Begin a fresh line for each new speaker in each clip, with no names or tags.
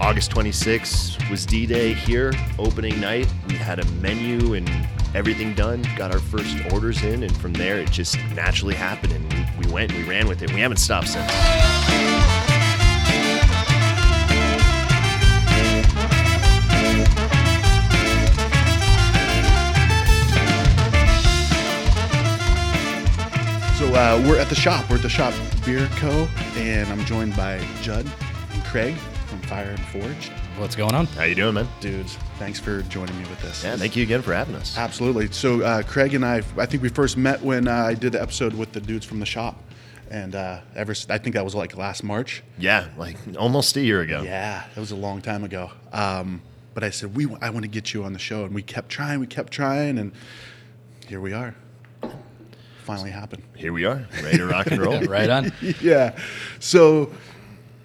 August 26th was D Day here, opening night. We had a menu and everything done, got our first orders in, and from there it just naturally happened. And we, we went, we ran with it. We haven't stopped since.
So uh, we're at the shop. We're at the shop Beer Co. And I'm joined by Judd and Craig from Fire and Forge.
What's going on?
How you doing, man?
Dudes, thanks for joining me with this.
Yeah, thank you again for having us.
Absolutely. So uh, Craig and I, I think we first met when uh, I did the episode with the dudes from the shop. And uh, ever, s- I think that was like last March.
Yeah, like almost a year ago.
Yeah, that was a long time ago. Um, but I said, we, I want to get you on the show. And we kept trying, we kept trying. And here we are. Finally happened.
Here we are, ready to rock and roll.
Yeah, right on.
yeah. So,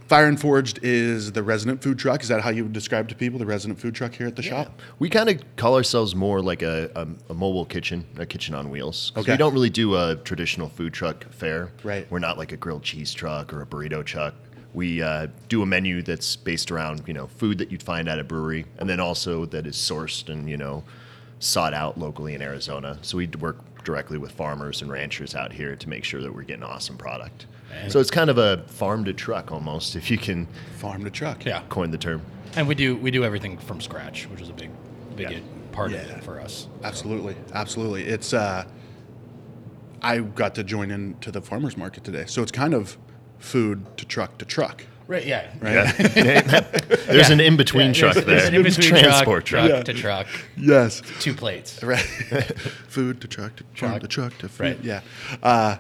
Fire and Forged is the resident food truck. Is that how you would describe to people the resident food truck here at the shop?
We kind of call ourselves more like a, a, a mobile kitchen, a kitchen on wheels. 'Cause
Okay.
We don't really do a traditional food truck fare.
Right.
We're not like a grilled cheese truck or a burrito truck. We uh, do a menu that's based around you know food that you'd find at a brewery, and then also that is sourced and you know sought out locally in Arizona. So we work directly with farmers and ranchers out here to make sure that we're getting awesome product. So it's kind of a farm to truck almost, if you can
Farm to truck.
Yeah,
coin the term.
and we do we do everything from scratch, which is a big big
Yeah.
part of
Yeah.
it for us.
Absolutely. Absolutely. It's, uh, I got to join in to the farmer's market today. So, it's kind of food to truck to truck.
Right? Yeah.
Right.
Yeah. there's an in between truck there.
There's an in-between truck,
Transport truck.
to truck,
Yes.
two plates.
Right. food to truck to farm
Truck.
to truck to food.
Right.
Yeah. Uh,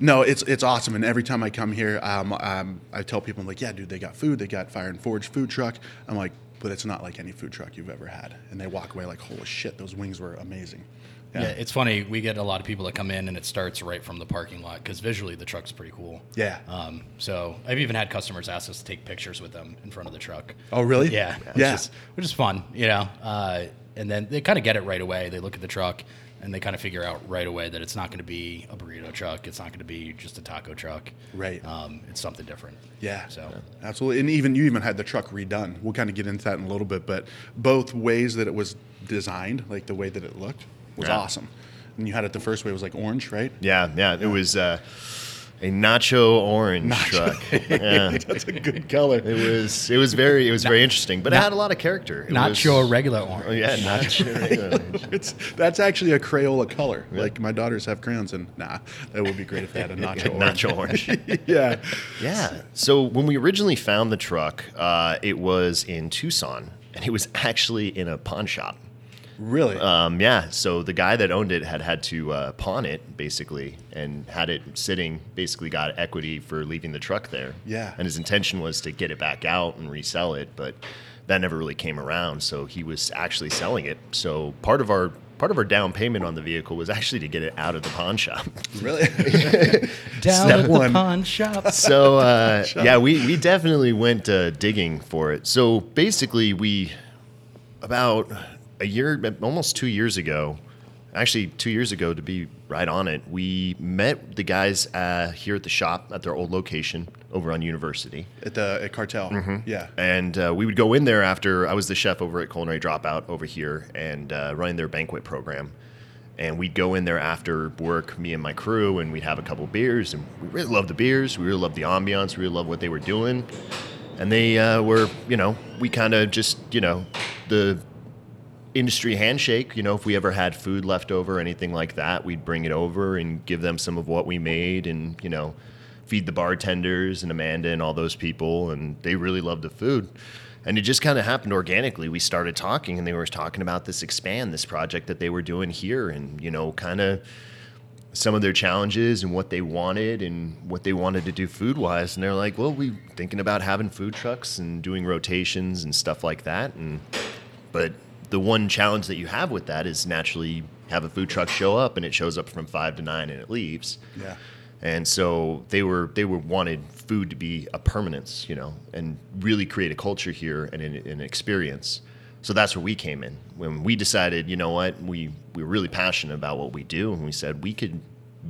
no, it's it's awesome, and every time I come here, um, um, I tell people I'm like, yeah, dude, they got food, they got Fire and Forge food truck. I'm like, but it's not like any food truck you've ever had, and they walk away like, holy shit, those wings were amazing.
Yeah. it's funny. We get a lot of people that come in, and it starts right from the parking lot because visually the truck's pretty cool.
Yeah.
Um, so I've even had customers ask us to take pictures with them in front of the truck.
Oh, really?
Yeah.
Yeah.
Which is, which is fun, you know. Uh, and then they kind of get it right away. They look at the truck and they kind of figure out right away that it's not going to be a burrito truck. It's not going to be just a taco truck.
Right.
Um, it's something different.
Yeah.
So.
Absolutely. And even you even had the truck redone. We'll kind of get into that in a little bit, but both ways that it was designed, like the way that it looked, was
Yeah.
awesome. And you had it the first way it was like orange, right?
Yeah, yeah. It was uh, a nacho orange truck. Yeah.
That's a good color.
It was it was very it was very interesting, but it had a lot of character. It
Not
was,
your regular
Oh,
orange.
yeah, nacho.
It's that's actually a Crayola color. Like my daughters have crayons, and nah, that would be great if they had a nacho. orange.
nacho orange.
yeah,
Yeah. So when we originally found the truck, uh, it was in Tucson, and it was actually in a pawn shop.
really.
Um, yeah. So the guy that owned it had had to uh, pawn it basically, and had it sitting. Basically, got equity for leaving the truck there.
Yeah.
And his intention was to get it back out and resell it, but that never really came around. So he was actually selling it. So part of our part of our down payment on the vehicle was actually to get it out of the pawn shop.
really.
Down
Step
at the
one.
pawn shop.
so uh, yeah, we we definitely went uh, digging for it. So basically, we about a year, almost two years ago, actually two years ago to be right on it, we met the guys uh, here at the shop at their old location over on University.
at the at cartel.
Mm-hmm.
Yeah.
And uh, we would go in there after I was the chef over at Culinary Dropout over here and uh, running their banquet program. And we'd go in there after work, me and my crew, and we'd have a couple beers. And we really loved the beers. We really loved the ambiance. We really loved what they were doing. And they uh, were, you know, we kind of just, you know, the industry handshake. You know, if we ever had food left over, anything like that, we'd bring it over and give them some of what we made, and you know, feed the bartenders and Amanda and all those people, and they really loved the food. And it just kind of happened organically. We started talking, and they were talking about this expand, this project that they were doing here, and you know, kind of some of their challenges and what they wanted and what they wanted to do food wise. And they're like, well, we thinking about having food trucks and doing rotations and stuff like that. And but the one challenge that you have with that is naturally you have a food truck show up and it shows up from five to nine and it leaves.
Yeah.
And so they were they were wanted food to be a permanence, you know, and really create a culture here and an, an experience. So that's where we came in when we decided, you know what, we we were really passionate about what we do, and we said we could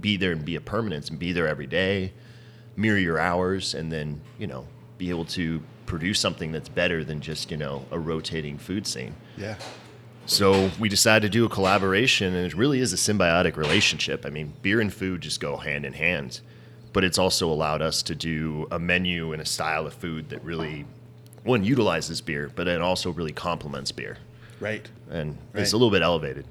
be there and be a permanence and be there every day, mirror your hours, and then you know be able to produce something that's better than just you know a rotating food scene.
Yeah.
So we decided to do a collaboration, and it really is a symbiotic relationship. I mean, beer and food just go hand in hand, but it's also allowed us to do a menu and a style of food that really one utilizes beer, but it also really complements beer,
Right.
and
Right.
it's a little bit elevated.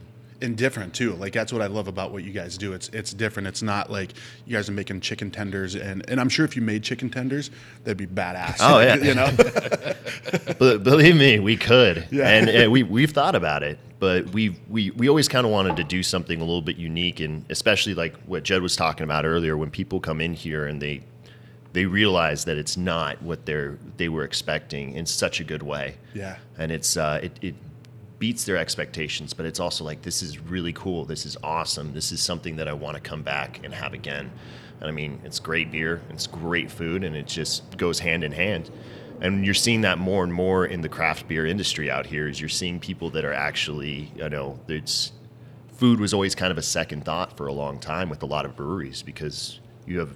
And different too. Like that's what I love about what you guys do. It's it's different. It's not like you guys are making chicken tenders and and I'm sure if you made chicken tenders, that'd be badass.
Oh, yeah.
you know.
but believe me, we could,
Yeah.
and, and we we've thought about it, but we we we always kind of wanted to do something a little bit unique, and especially like what Jed was talking about earlier, when people come in here and they they realize that it's not what they're they were expecting in such a good way,
yeah.
and it's uh, it it beats their expectations, but it's also like this is really cool, this is awesome, this is something that I want to come back and have again. And I mean, it's great beer, it's great food, and it just goes hand in hand. And you're seeing that more and more in the craft beer industry out here. Is you're seeing people that are actually, you know, it's food was always kind of a second thought for a long time with a lot of breweries because you have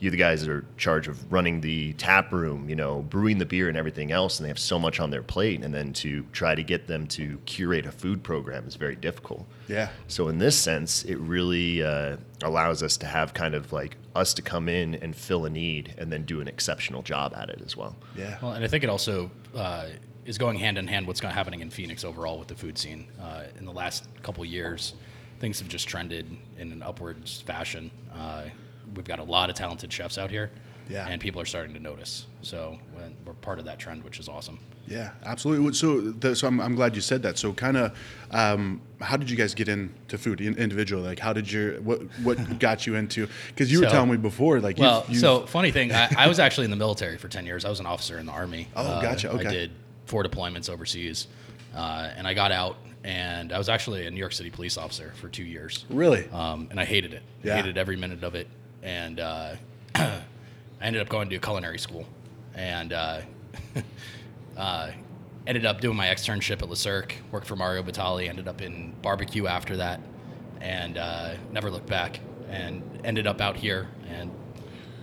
you the guys that are in charge of running the tap room, you know, brewing the beer and everything else, and they have so much on their plate, and then to try to get them to curate a food program is very difficult.
Yeah.
So in this sense, it really uh, allows us to have kind of like us to come in and fill a need, and then do an exceptional job at it as well.
Yeah.
Well, and I think it also uh, is going hand in hand what's going happening in Phoenix overall with the food scene. Uh, in the last couple years, things have just trended in an upwards fashion. Uh, we've got a lot of talented chefs out here,
Yeah.
and people are starting to notice. So when- we're part of that trend, which is awesome.
Yeah, absolutely. So, the, so I'm, I'm glad you said that. So, kind of, um, how did you guys get into food in, individually? Like, how did your what what got you into? Because you were
So-
telling me before, like,
Well,
you've, you've,
Uh, so funny thing, I, I was actually in the military for 10 years. I was an officer in the Army. Uh,
Oh, gotcha. Okay.
I did four deployments overseas. Uh, and I got out, and I was actually a New York City police officer for two years.
really,
Um, and I hated it.
Yeah.
Hated every minute of it. And uh, I ended up going to culinary school and uh, uh, ended up doing my externship at Le Cirque, worked for Mario Batali, ended up in barbecue after that, and uh, never looked back. And ended up out here and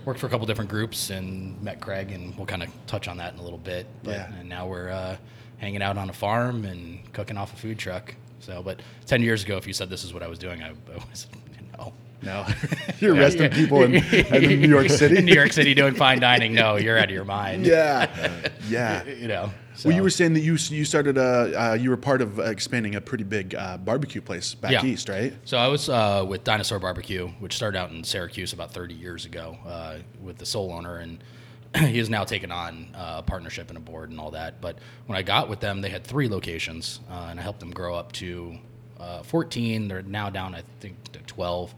worked for a couple different groups and met Craig, and we'll kind of touch on that in a little bit. But,
Yeah.
And now we're uh, hanging out on a farm and cooking off a food truck. So, but 10 years ago, if you said this is what I was doing, I, I was, no.
no, you're arresting people in, in New York City.
In New York City doing fine dining, no, you're out of your mind.
yeah, yeah.
You know. So.
Well, you were saying that you s- you started uh, uh, you were part of expanding a pretty big uh, barbecue place back
Yeah.
east, right?
So I was uh, with Dinosaur Barbecue, which started out in Syracuse about 30 years ago uh, with the sole owner, and he has now taken on uh, a partnership and a board and all that. But when I got with them, they had three locations, uh, and I helped them grow up to uh, 14. They're now down, I think, to 12.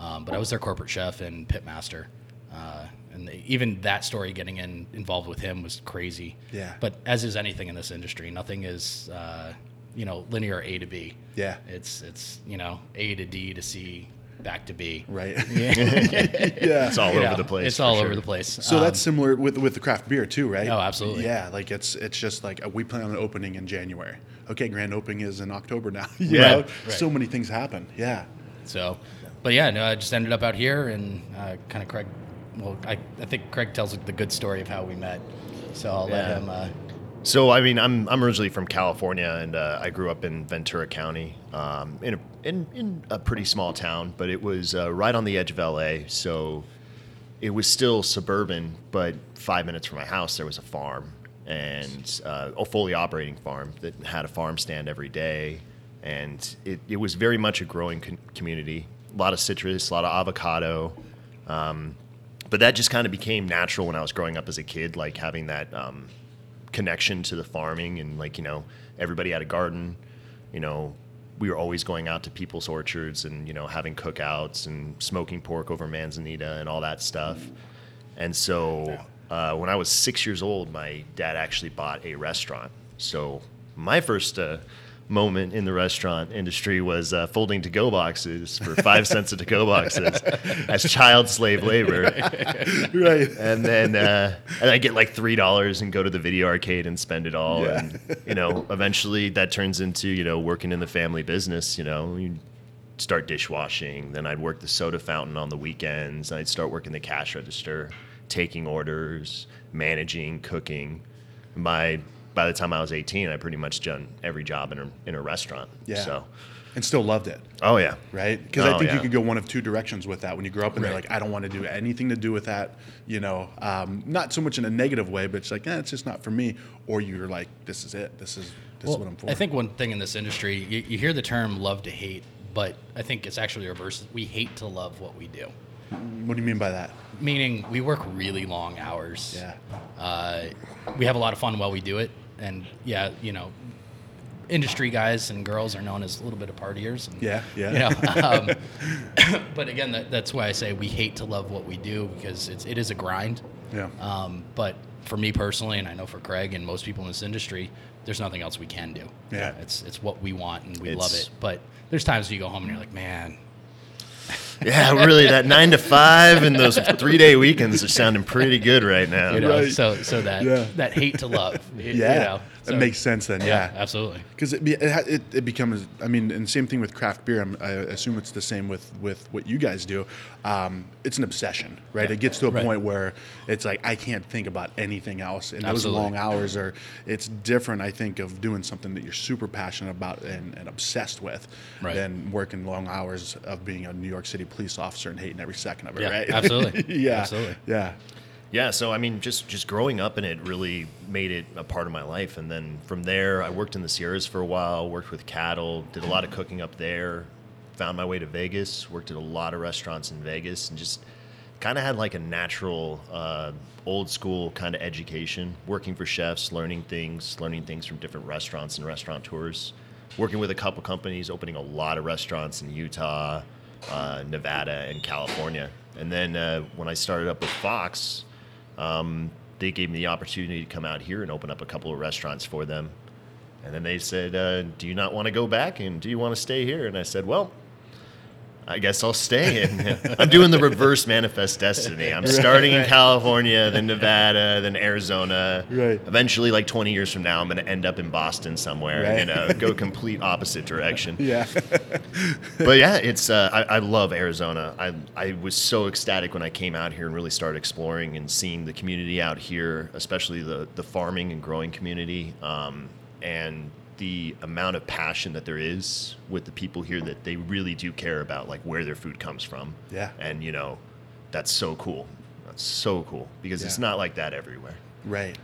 Um, but I was their corporate chef and pit master. Uh, and they, even that story getting in, involved with him was crazy.
Yeah.
But as is anything in this industry, nothing is, uh, you know, linear A to B.
Yeah.
It's it's you know A to D to C back to B.
Right.
It's all
You
over
know,
the place.
It's
for
all
sure.
over the place.
So
Um,
that's similar with with the craft beer too, right?
Oh, absolutely.
Yeah, like it's it's just like uh, we plan on opening in January. Okay, grand opening is in October now. you
Right,
know?
right.
so many things happen. Yeah,
Uh, so, but yeah, no, I just ended up out here and uh, kind of Craig. Well, I, I think Craig tells the good story of how we met. So I'll
Yeah.
let him. Uh,
So I mean, I'm I'm originally from California, and uh, I grew up in Ventura County, um, in a in, in a pretty small town, but it was uh, right on the edge of LA. So it was still suburban, but five minutes from my house there was a farm, and uh, a fully operating farm that had a farm stand every day, and it it was very much a growing con- community. A lot of citrus, a lot of avocado. Um, but that just kind of became natural when I was growing up as a kid, like having that um, connection to the farming and like you know everybody had a garden you know we were always going out to people's orchards and you know having cookouts and smoking pork over manzanita and all that stuff and so uh, when i was six years old my dad actually bought a restaurant so my first uh, moment in the restaurant industry was uh, folding to-go boxes for five cents a to-go boxes as child slave labor
right.
and then uh, and I get like three dollars and go to the video arcade and spend it all.
Yeah.
And you know, eventually that turns into you know working in the family business. You know, you start dishwashing. Then I'd work the soda fountain on the weekends. I'd start working the cash register, taking orders, managing, cooking. my by the time I was 18, I pretty much done every job in a, in a restaurant.
Yeah.
So,
And still loved it.
oh yeah,
right? Because
Oh,
I think
yeah.
you could go one of two directions with that. When you grow up and they're
Right.
like, I don't want to do anything to do with that, you know, um, not so much in a negative way, but it's like, eh, it's just not for me. Or you're like, this is it. This is this is what I'm for.
I think one thing in this industry, you, you hear the term love to hate, but I think it's actually reversed. We hate to love what we do,
what do you mean by that?
meaning we work really long hours.
Yeah.
Uh, we have a lot of fun while we do it. And yeah, you know, industry guys and girls are known as a little bit of partiers. And,
Yeah, yeah.
you know, um, but again, that, that's why I say we hate to love what we do because it's, it is a grind.
Yeah.
Um, but for me personally, and I know for Craig and most people in this industry, there's nothing else we can do.
Yeah.
It's it's what we want and we love
It's-
it. But there's times you go home and you're like, man,
yeah, really. That nine to five and those three day weekends are sounding pretty good right now.
you know,
Right.
so so that
Yeah.
that hate to love. y- you
yeah.
know, so-
that makes sense then.
Yeah,
yeah.
absolutely.
because it, be- it, ha- it, it becomes i mean and same thing with craft beer I'm, i assume it's the same with with what you guys do um, it's an obsession right it gets to a
Right.
point where it's like i can't think about anything else and
Absolutely.
those long hours are it's different i think of doing something that you're super passionate about and, and obsessed with
Right.
than working long hours of being a new york city police officer and hating every second of it
Yeah,
right
absolutely.
yeah
Absolutely.
yeah
Yeah, so I mean, just just growing up in it really made it a part of my life, and then from there, I worked in the Sierras for a while, worked with cattle, did a lot of cooking up there, found my way to Vegas, worked at a lot of restaurants in Vegas, and just kind of had like a natural, uh, old school kind of education, working for chefs, learning things, learning things from different restaurants and restaurateurs, working with a couple companies, opening a lot of restaurants in Utah, uh, Nevada, and California. And then uh, when I started up with Fox, um, they gave me the opportunity to come out here and open up a couple of restaurants for them. And then they said, uh, Do you not want to go back? And do you want to stay here? And I said, Well, I guess I'll stay. And I'm doing the reverse manifest destiny. I'm starting in California, then Nevada, then Arizona.
Right.
Eventually, like 20 years from now, I'm going to end up in Boston somewhere, you
Right.
know, go complete opposite direction
yeah
but yeah, it's uh, I, I love Arizona. I I was so ecstatic when I came out here and really started exploring and seeing the community out here, especially the the farming and growing community, um, and the amount of passion that there is with the people here that they really do care about like where their food comes from.
Yeah.
and you know, that's so cool. That's so cool because it's
Yeah.
not like that everywhere.
Right.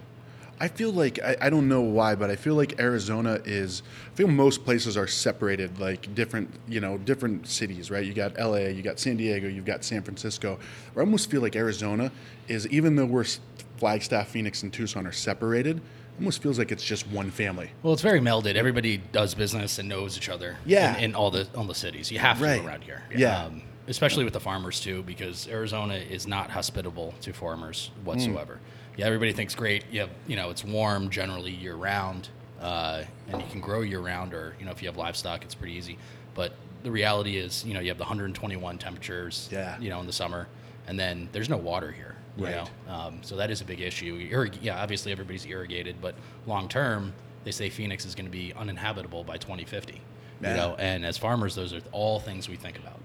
I feel like I, I don't know why, but I feel like Arizona is. I feel most places are separated, like different, you know, different cities, right? You got LA, you got San Diego, you've got San Francisco. I almost feel like Arizona is, even though we're s- Flagstaff, Phoenix, and Tucson are separated, almost feels like it's just one family.
Well, it's very melded. Everybody does business and knows each other.
Yeah.
In, in all the all the cities, you have to
Right.
around here. Um,
Yeah.
especially with the farmers too, because Arizona is not hospitable to farmers
Mm.
whatsoever. Yeah, everybody thinks great. You have, you know, it's warm generally year round, uh, and you can grow year round. Or you know, if you have livestock, it's pretty easy. But the reality is, you know, you have the 121 temperatures.
Yeah.
You know, in the summer, and then there's no water here. You
Right.
know? Um, so that is a big issue. Irrig- yeah, obviously everybody's irrigated, but long term, they say Phoenix is going to be uninhabitable by 2050.
Yeah.
You know, and as farmers, those are all things we think about.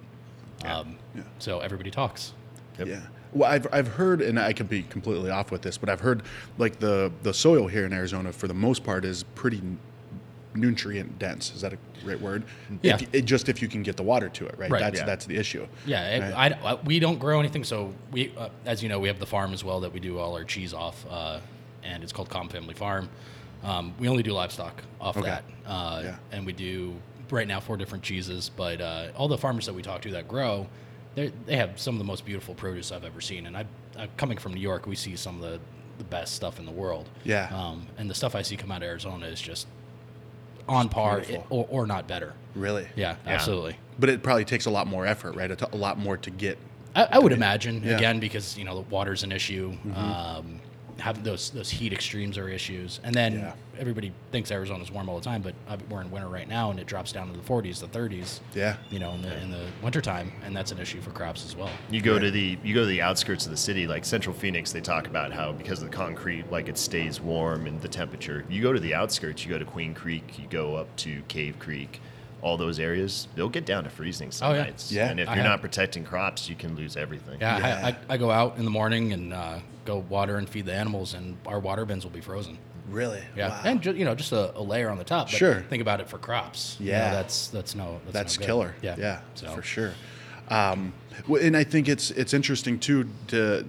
Um,
Yeah.
So everybody talks.
Yep.
Yeah. Well, I've, I've heard, and I could be completely off with this, but I've heard like the, the soil here in Arizona, for the most part, is pretty n- nutrient dense. Is that a great word?
Yeah.
If, it, just if you can get the water to it, right?
Right,
that's
yeah.
that's the issue.
Yeah, it,
Right.
I, I- we don't grow anything. So we, uh, as you know, we have the farm as well that we do all our cheese off, uh, and it's called Com Family Farm. Um, we only do livestock off
Okay.
that, uh,
Yeah.
and we do right now four different cheeses. But uh, all the farmers that we talk to that grow, they they have some of the most beautiful produce I've ever seen. And I, I coming from New York, we see some of the the best stuff in the world.
Yeah.
Um, and the stuff I see come out of Arizona is just on par,
beautiful.
or, or not better.
Really?
Yeah,
Yeah.
absolutely.
But it probably takes a lot more effort, right? A, t- a lot more to get.
I, I would imagine
Yeah. Mm-hmm.
again because you know the water's an issue. Um, have those those heat extremes are issues, and then
Yeah.
everybody thinks Arizona's warm all the time, but uh, we're in winter right now, and it drops down to the 40s, the 30s.
Yeah.
You know, in the in the wintertime, and that's an issue for crops as well.
You go to the you go to the outskirts of the city, like Central Phoenix. They talk about how because of the concrete, like it stays warm and the temperature. You go to the outskirts. You go to Queen Creek. You go up to Cave Creek. All those areas, they'll get down to freezing some
Oh, yeah.
nights.
Yeah.
and if
I
you're
have-
not protecting crops, you can lose everything.
Yeah,
Yeah.
I, I, I go out in the morning and uh, go water and feed the animals, and our water bins will be frozen.
Really?
Yeah,
Wow.
and ju- you know, just a, a layer on the top. But
Sure.
Think about it for crops. You know,
Yeah.
that's that's no that's, no
that's
good.
killer.
Yeah,
yeah,
So
for sure. Um, w- and I think it's it's interesting too. To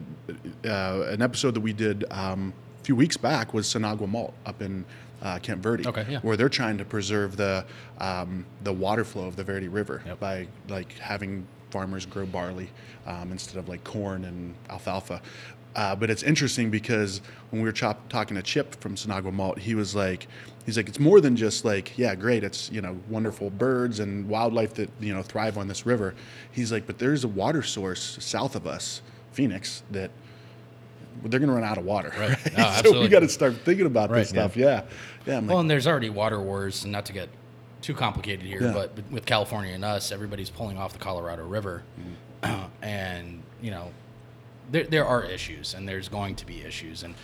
uh, an episode that we did um, a few weeks back was Sanagua Malt up in uh, Camp Verde,
Okay, yeah.
where they're trying to preserve the um, the water flow of the Verde River
Yep.
by like having farmers grow barley um, instead of like corn and alfalfa. Uh, but it's interesting because when we were chop- talking to Chip from Sanagua Malt, he was like, he's like, it's more than just like, yeah, great, it's you know wonderful birds and wildlife that you know thrive on this river. He's like, but there's a water source south of us, Phoenix, that they're going to run out of water.
Right. No,
so we
absolutely.
got to start thinking about
Right,
this
yeah.
stuff. Yeah, yeah. I'm like,
Well, and there's already water wars, and not to get too complicated here,
Yeah.
but with- with California and us, everybody's pulling off the Colorado River, and you know, there there are issues, and there's going to be issues. And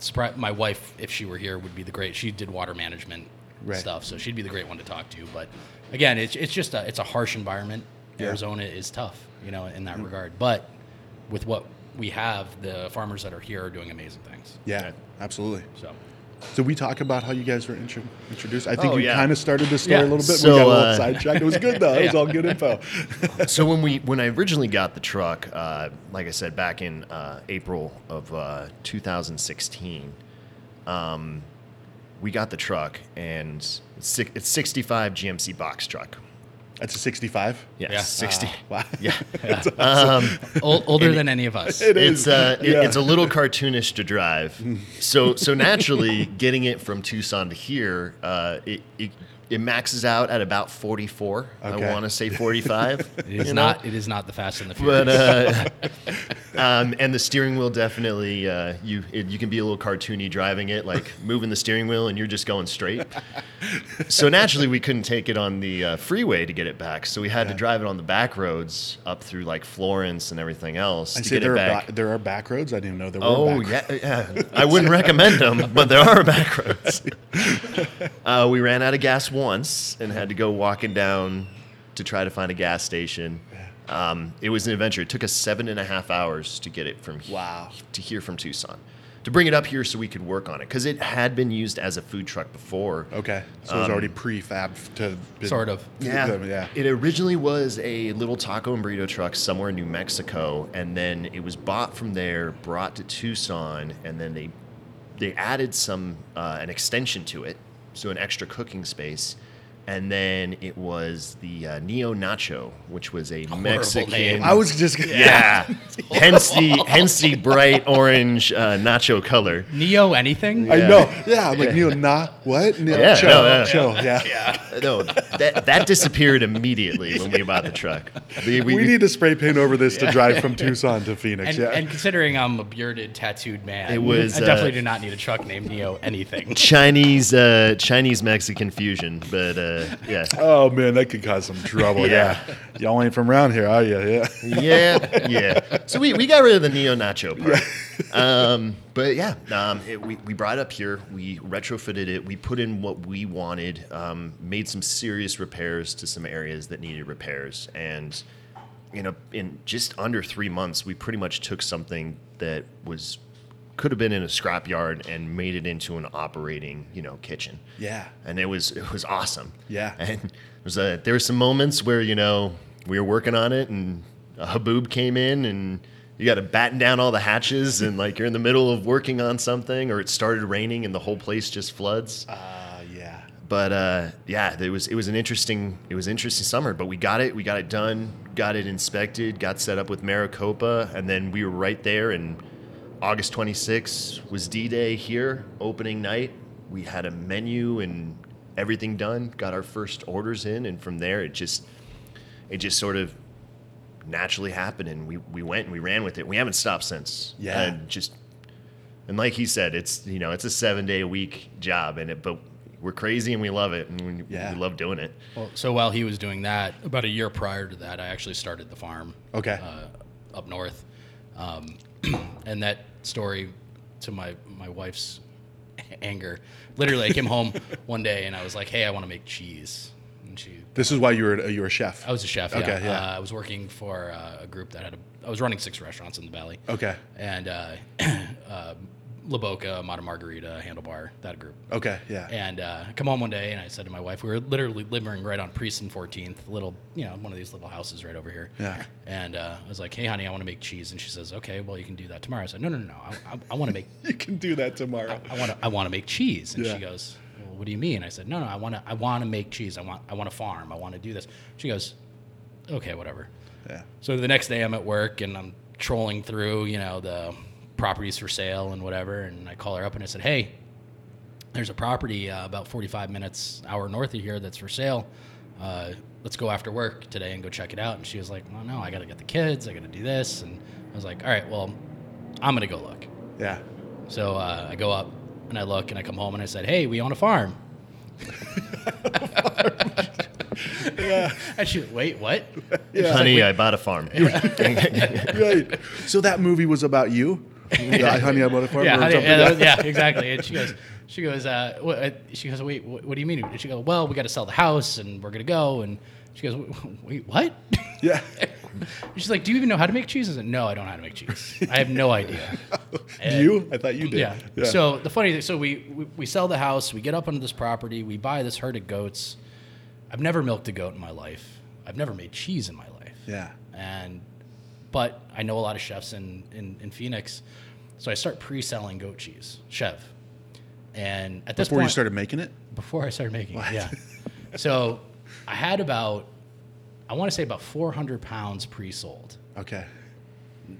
surpri- my wife, if she were here, would be the great. She did water management
Right.
stuff, so she'd be the great one to talk to. But again, it's it's just a it's a harsh environment.
Yeah. Mm-hmm.
Arizona is tough, you know, in that regard. But with what we have, the farmers that are here are doing amazing things.
yeah, absolutely.
So.
So we talk about how you guys were intro- introduced. I think
Oh,
you
yeah.
kind of started this story
Yeah.
a little bit.
So,
we got a little
uh,
sidetracked. It was good though. It was
Yeah.
all good info.
so when we when I originally got the truck, uh, like I said, back in uh, April of uh, 2016, um, we got the truck and it's, si- it's 65 GMC box truck.
That's a 65.
Yeah,
Yeah. Ah.
60.
Wow.
Yeah,
Ol older than any of us.
it's uh, it-
Yeah.
it's a little cartoonish to drive. So so naturally, getting it from Tucson to here, uh, it, it it maxes out at about 44.
Okay.
I want to say 45.
It is
you know?
not. It is not the Fast and the Furious.
but uh, um, and the steering wheel definitely uh, you it, you can be a little cartoony driving it, like moving the steering wheel and you're just going straight. so naturally, we couldn't take it on the uh, freeway to get it back, so we had to drive it on the back roads up through like Florence and everything else
I
to
see
get it
there are,
back.
ba- there are back roads. I didn't even know there were
Oh
back
yeah, yeah. I wouldn't recommend them, but there are back roads. uh, we ran out of gas once and had to go walking down to try to find a gas station. Um, it was an adventure. It took us seven and a half hours to get it from he-
Wow.
to here from Tucson to bring it up here so we could work on it because it had been used as a food truck before.
Okay. So it was already prefab f- to.
Sort of.
Um, Yeah.
Yeah.
It originally was a little taco and burrito truck somewhere in New Mexico, and then it was bought from there, brought to Tucson, and then they they added some uh, an extension to it, so an extra cooking space. And then it was the uh, Neo Nacho, which was a Mexican.
name.
I was just. Yeah.
yeah, hence the hence the bright orange uh, nacho color.
Neo anything?
I
Yeah.
know. Yeah. I'm like, Neil, nah, what? Neil,
Yeah,
chill,
no, yeah.
chill. Yeah.
No, that that disappeared immediately when we bought the truck. We- we-
We need to spray paint over this to drive from Tucson to Phoenix.
And,
yeah.
and considering I'm a bearded, tattooed man,
It was,
I definitely
uh,
do not need a truck named Neo anything.
Chinese uh, Chinese Mexican fusion, but uh, yeah,
oh, man, that could cause some trouble. yeah.
Yeah.
Y'all ain't from around here, are you? Yeah.
yeah, yeah. So we, we got rid of the neo nacho part, um, but yeah, um, it, we we brought it up here, we retrofitted it, we put in what we wanted, um, made some serious repairs to some areas that needed repairs, and you know, in just under three months, we pretty much took something that was could have been in a scrapyard and made it into an operating you know kitchen.
Yeah.
and it was it was awesome.
Yeah.
and it was a, there were some moments where you know we were working on it, and a haboob came in, and you got to batten down all the hatches, and like you're in the middle of working on something, or it started raining, and the whole place just floods.
Uh, yeah.
But uh, yeah, it was it was an interesting it was an interesting summer. But we got it we got it done, got it inspected, got set up with Maricopa, and then we were right there. And August 26th was D Day here, opening night. We had a menu and everything done. Got our first orders in, and from there it just it just sort of naturally happened. And we we went and we ran with it. We haven't stopped since.
Yeah.
and just and like he said, it's you know it's a seven day a week job, and it but we're crazy and we love it and we,
Yeah.
we love doing it.
Well, so while he was doing that, about a year prior to that, I actually started the farm.
Okay.
Uh, up north, um, and that story, to my my wife's anger, literally, I came home one day and I was like, "Hey, I want to make cheese," and she
This is why you were you were a chef.
I was a chef.
Okay,
yeah.
yeah.
Uh, I was working for uh, a group that had a. I was running six restaurants in the valley.
Okay.
And uh, uh, La Boca, Mata Margarita, Handlebar, that group.
Okay, yeah.
And uh, I come home one day, and I said to my wife, we were literally living right on Priest and 14th, little, you know, one of these little houses right over here.
Yeah.
And uh, I was like, hey, honey, I want to make cheese. And she says, okay, well, you can do that tomorrow. I said, no, no, no, no. I, I, I want to make,
You can do that tomorrow.
I want to, I want to make cheese. And
Yeah.
she goes, well, what do you mean? I said, no, no, I want to, I want to make cheese. I want, I want to farm. I want to do this. She goes, okay, whatever.
Yeah.
So the next day I'm at work and I'm trolling through, you know, the properties for sale and whatever. And I call her up and I said, hey, there's a property uh, about 45 minutes, hour north of here that's for sale. Uh, let's go after work today and go check it out. And she was like, well, no, I got to get the kids. I got to do this. And I was like, all right, well, I'm going to go look.
Yeah.
So uh, I go up and I look and I come home and I said, hey, we own a farm. And she, wait, what?
Honey, I bought a farm.
Right. So that movie was about you? Uh, honey, I bought a farm.
yeah,
or
honey,
something?
yeah, that was- yeah, exactly. And she goes, she goes, uh, wha- uh, she goes, wait, what, what do you mean? And she goes, well, we got to sell the house and we're gonna go. And she goes, "Wh- wait, what?
Yeah.
And she's like, do you even know how to make cheese? I said, no, I don't know how to make cheese. I have no idea.
Do you? I thought you did.
Yeah. So the funny thing, so we, we we sell the house, we get up onto this property, we buy this herd of goats. I've never milked a goat in my life. I've never made cheese in my life
yeah.
and but I know a lot of chefs in in, in Phoenix, so I start pre-selling goat cheese, Chev, and at this
Before
point,
you started making it?
before I started making it, yeah. so I had about I want to say about 400 pounds pre-sold.
Okay.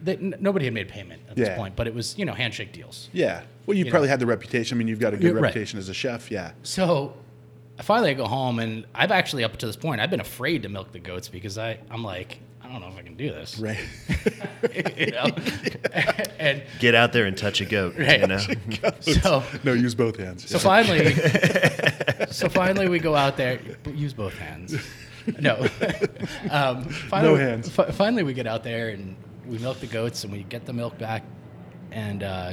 That n- nobody had made payment at
Yeah.
this point, but it was you know handshake deals.
Yeah. Well, you,
know.
probably had the reputation. I mean, you've got a
Yeah,
good
right.
reputation as a chef. Yeah.
So finally I go home and I've actually up to this point I've been afraid to milk the goats because I I'm like I don't know if I can do this.
Right.
you know? and
Get out there and touch a goat. You know?
so
no, use both hands.
So finally, so finally, we go out there. Use both hands. No, um, finally,
No hands.
fi- finally, we get out there and we milk the goats and we get the milk back. And uh,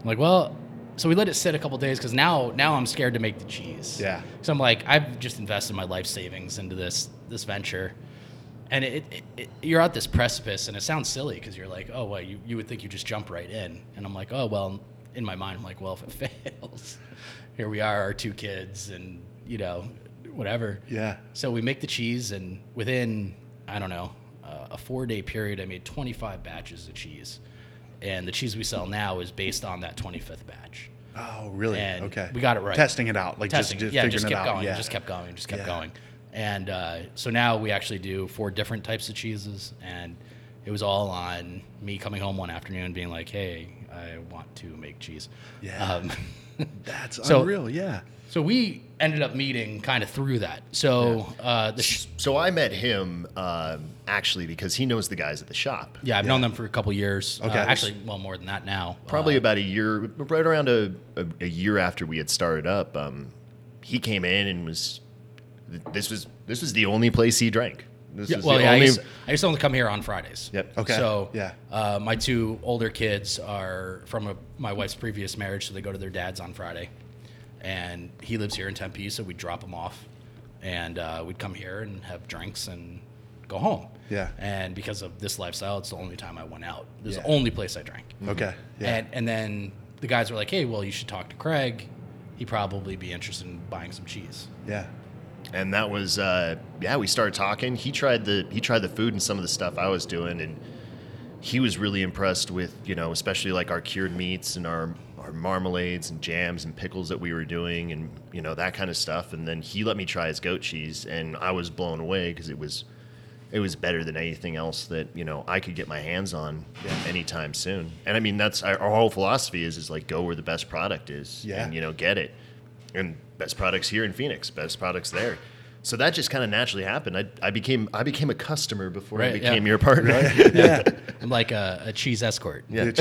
I'm like, well, so we let it sit a couple days because now, now I'm scared to make the cheese.
Yeah.
So I'm like, I've just invested my life savings into this this venture. And it, it, it, you're at this precipice, and it sounds silly because you're like, oh, well, you, you would think you just jump right in. And I'm like, oh, well, in my mind, I'm like, well, if it fails, here we are, our two kids, and, you know, whatever.
Yeah.
So we make the cheese, and within, I don't know, uh, a four day period, I made 25 batches of cheese. And the cheese we sell now is based on that 25th batch.
Oh, really?
And
okay.
we got it right.
Testing it out. Like
Testing,
just, just
yeah,
figuring
just
it
kept
out.
going,
yeah.
just kept going, just kept
Yeah.
going. And uh, so now we actually do four different types of cheeses, and it was all on me coming home one afternoon being like, "Hey, I want to make cheese."
Yeah.
Um,
That's
So-
unreal. Yeah.
so we ended up meeting kind of through that. So uh, the sh-
So I met him um, actually because he knows the guys at the shop.
Yeah, I've known them for a couple years. Uh,
Okay.
actually, well, more than that now.
Probably
Uh,
about a year, right around a, a, a year after we had started up. Um, he came in and was th- this was this was the only place he drank. This
yeah,
was
well,
the
yeah, I,
only.
used, I used to only come here on Fridays.
Yep.
Okay.
So,
Yeah.
uh, my two older kids are from a, my wife's previous marriage, so they go to their dad's on Friday, and he lives here in Tempe, so we drop him off, and uh, we'd come here and have drinks and go home.
Yeah.
And because of this lifestyle, it's the only time I went out. This is the
Yeah.
only place I drank.
Okay. Yeah.
And, and then the guys were like, "Hey, well, you should talk to Craig. He'd probably be interested in buying some cheese."
yeah.
and that was uh, yeah we started talking he tried the he tried the food and some of the stuff i was doing and he was really impressed with you know especially like our cured meats and our our marmalades and jams and pickles that we were doing and you know that kind of stuff and then he let me try his goat cheese and i was blown away because it was it was better than anything else that you know i could get my hands on anytime soon and i mean that's our, our whole philosophy is is like go where the best product is
Yeah.
and you know get it and best products here in Phoenix, best products there. So that just kind of naturally happened. I, I became I became a customer before I
Right, yeah.
became your partner.
Yeah.
I'm like a, a cheese escort.
Yeah.
Which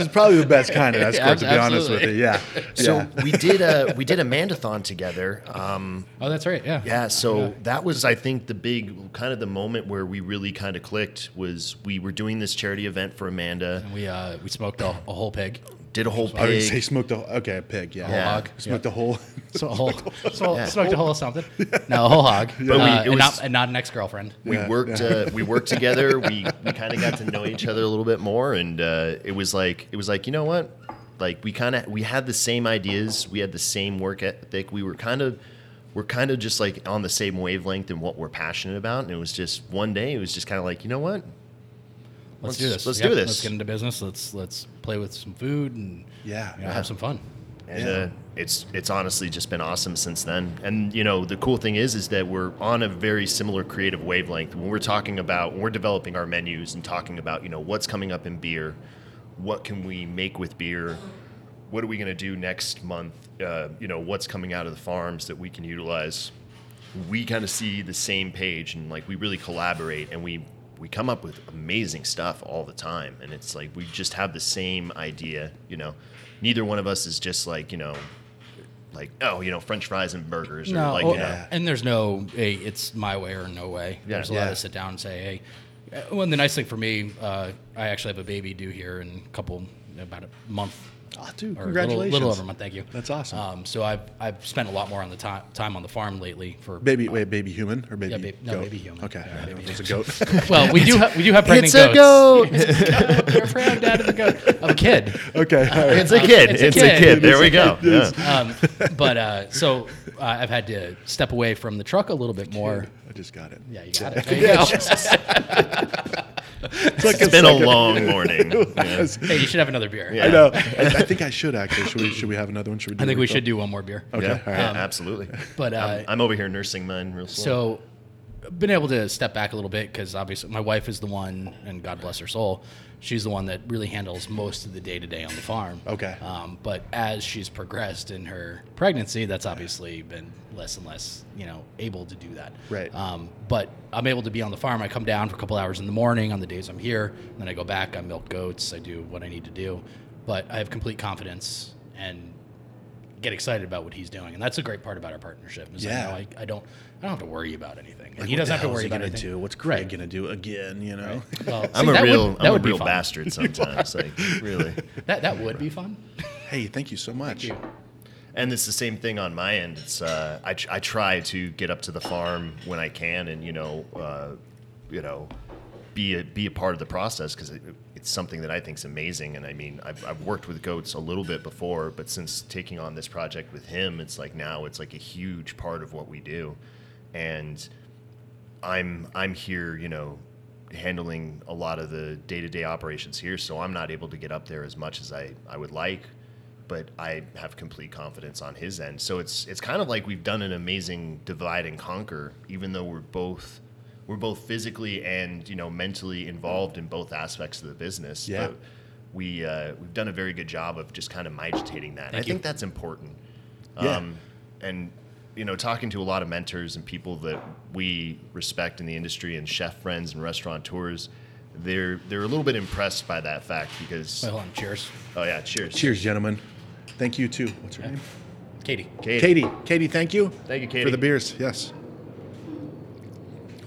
is probably the best kind of escort, to be honest with you.
absolutely.
Yeah.
So
yeah.
we did a we did a Mandathon together. Um,
Oh, that's right. Yeah.
yeah, so that was I think the big kind of the moment where we really kind of clicked was we were doing this charity event for Amanda.
We uh, we smoked a, a whole pig.
Did a whole pig.
I would say smoked the okay a pig. Yeah,
Yeah.
hog.
Smoked the whole.
So a whole, so
Yeah.
smoked a whole something. No, a whole hog.
But we-
Uh,
it
and,
was-
not, and not an ex girlfriend.
we
Yeah,
worked uh, we worked together we, we kind of got to know each other a little bit more and uh, it was like it was like you know what like we kind of we had the same ideas we had the same work ethic we were kind of we're kind of just like on the same wavelength in what we're passionate about and it was just one day it was just kind of like you know what Let's-
Let's, do this.
let's
Yep,
do this.
Let's get into business. Let's let's play with some food and
Yeah.
you know, have some fun.
and
Yeah.
uh, it's it's honestly just been awesome since then. And you know, the cool thing is, is that we're on a very similar creative wavelength when we're talking about when we're developing our menus and talking about you know what's coming up in beer, what can we make with beer, what are we going to do next month, uh, you know, what's coming out of the farms that we can utilize. We kind of see the same page, and like we really collaborate, and we we come up with amazing stuff all the time and it's like we just have the same idea you know neither one of us is just like you know like oh you know french fries and burgers or like
oh,
you know
and there's no hey, it's my way or no way.
Yeah.
there's a lot
Yeah.
of sit down and say, hey. uh, Well, and the nice thing for me, uh, I actually have a baby due here in a couple about a month.
Oh, dude,
or a little-
congratulations!
Little, over a month. Thank you.
That's awesome.
Um, so I've I've spent a lot more on the time time on the farm lately for
Baby, wait, baby human or baby?
Yeah, babe- no,
goat?
baby human.
Okay,
Yeah, baby
it's a goat.
Well, we do have we do have
it's
pregnant
a goat
goats. We're proud dad of a goat of a kid.
okay, all right.
it's a kid
It's
it's,
a
a,
kid.
kid. there we go yeah.
Um, but uh, so uh, I've had to step away from the truck a little bit more.
I just got it.
Yeah, you got it. There you go.
it's been a long morning Yeah.
Hey, you should have another beer.
Yeah.
I know. I, I think I should actually. Should we? Should we have another one? Should we? Do
I think
it
we
though?
should do Um, one more beer.
Okay.
Yeah,
All right.
yeah, absolutely
But uh,
I'm, I'm over here nursing mine real slow
so I've been able to step back a little bit because obviously my wife is the one, and God bless her soul, she's the one that really handles most of the day to day on the farm.
Okay.
Um, but as she's progressed in her pregnancy, that's obviously been less and less, you know, able to do that.
Right.
Um, but I'm able to be on the farm. I come down for a couple hours in the morning on the days I'm here, and then I go back. I milk goats. I do what I need to do, but I have complete confidence and get excited about what he's doing, and that's a great part about our partnership. Is
Yeah.
I, know I, I don't, I don't have to worry about anything. And
Like,
he
what
doesn't
the
have to
hell is
worry
he
about
gonna
anything.
do? What's Greg
Right.
gonna do again? You know.
Well,
i'm
see,
a
that
real
Would, that
i'm a
would be
real
fun.
bastard sometimes like really
That that would be fun.
Hey, thank you so much.
you.
and it's the same thing on my end. It's uh, I, tr- I try to get up to the farm when I can, and you know, uh, you know, be a be a part of the process because it, it's something that I think is amazing. And I mean, I've, I've worked with goats a little bit before, but since taking on this project with him, it's like now it's like a huge part of what we do, and I'm I'm here, you know, handling a lot of the day to day operations here, so I'm not able to get up there as much as I, I would like, but I have complete confidence on his end. So it's it's kind of like we've done an amazing divide and conquer, even though we're both we're both physically and you know mentally involved in both aspects of the business.
Yeah.
But we uh, we've done a very good job of just kind of mitigating that. And I
Thank you.
think that's important.
Yeah.
Um, and you know, talking to a lot of mentors and people that we respect in the industry and chef friends and restaurateurs, they're they're a little bit impressed by that fact because
Wait, hold on. Cheers,
oh yeah, cheers,
Cheers, gentlemen. Thank you too. What's her name?
Katie.
Katie.
Katie. Katie, thank you.
Thank you,
for
Katie.
the beers. Yes.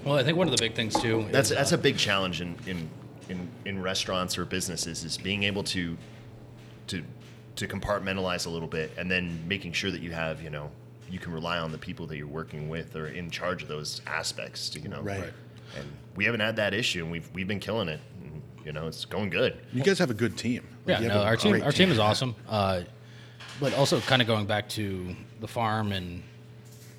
Well, I think one of the big things too. is,
That's
uh,
that's a big challenge in in in, in restaurants or businesses is being able to to to compartmentalize a little bit and then making sure that you have you know you can rely on the people that you're working with or in charge of those aspects you know
Right. Right.
and we haven't had that issue and we've we've been killing it and, you know it's going good
You guys have a good team. Like,
Yeah,
you have
no,
a
our team,
great
our team is awesome. Uh, but also, kind of going back to the farm and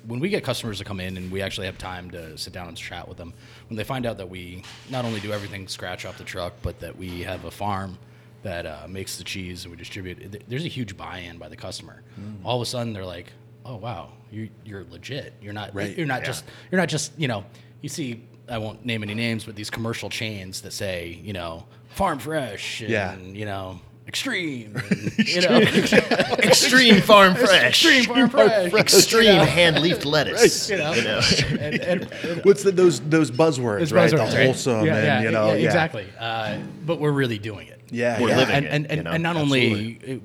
when we get customers to come in and we actually have time to sit down and chat with them, when they find out that we not only do everything scratch off the truck, but that we have a farm that uh, makes the cheese and we distribute, th- there's a huge buy-in by the customer.
Mm.
All of a sudden, they're like, "Oh wow, you, you're legit. You're not.
Right,
You're not
yeah.
just. You're not just. You know. You see." I won't name any names, but these commercial chains that say, you know, farm fresh and
Yeah.
you know, extreme, and, you know, extreme
extreme farm fresh
farm fresh,
extreme hand leafed lettuce
you know,
you know?
and, and,
What's the, those those buzzwords?
it's
right?
buzzwords,
The
right?
wholesome and you know. Yeah.
exactly. Uh, but we're really doing it.
Yeah.
We're
yeah.
living.
and,
it,
and, and,
you know?
and not only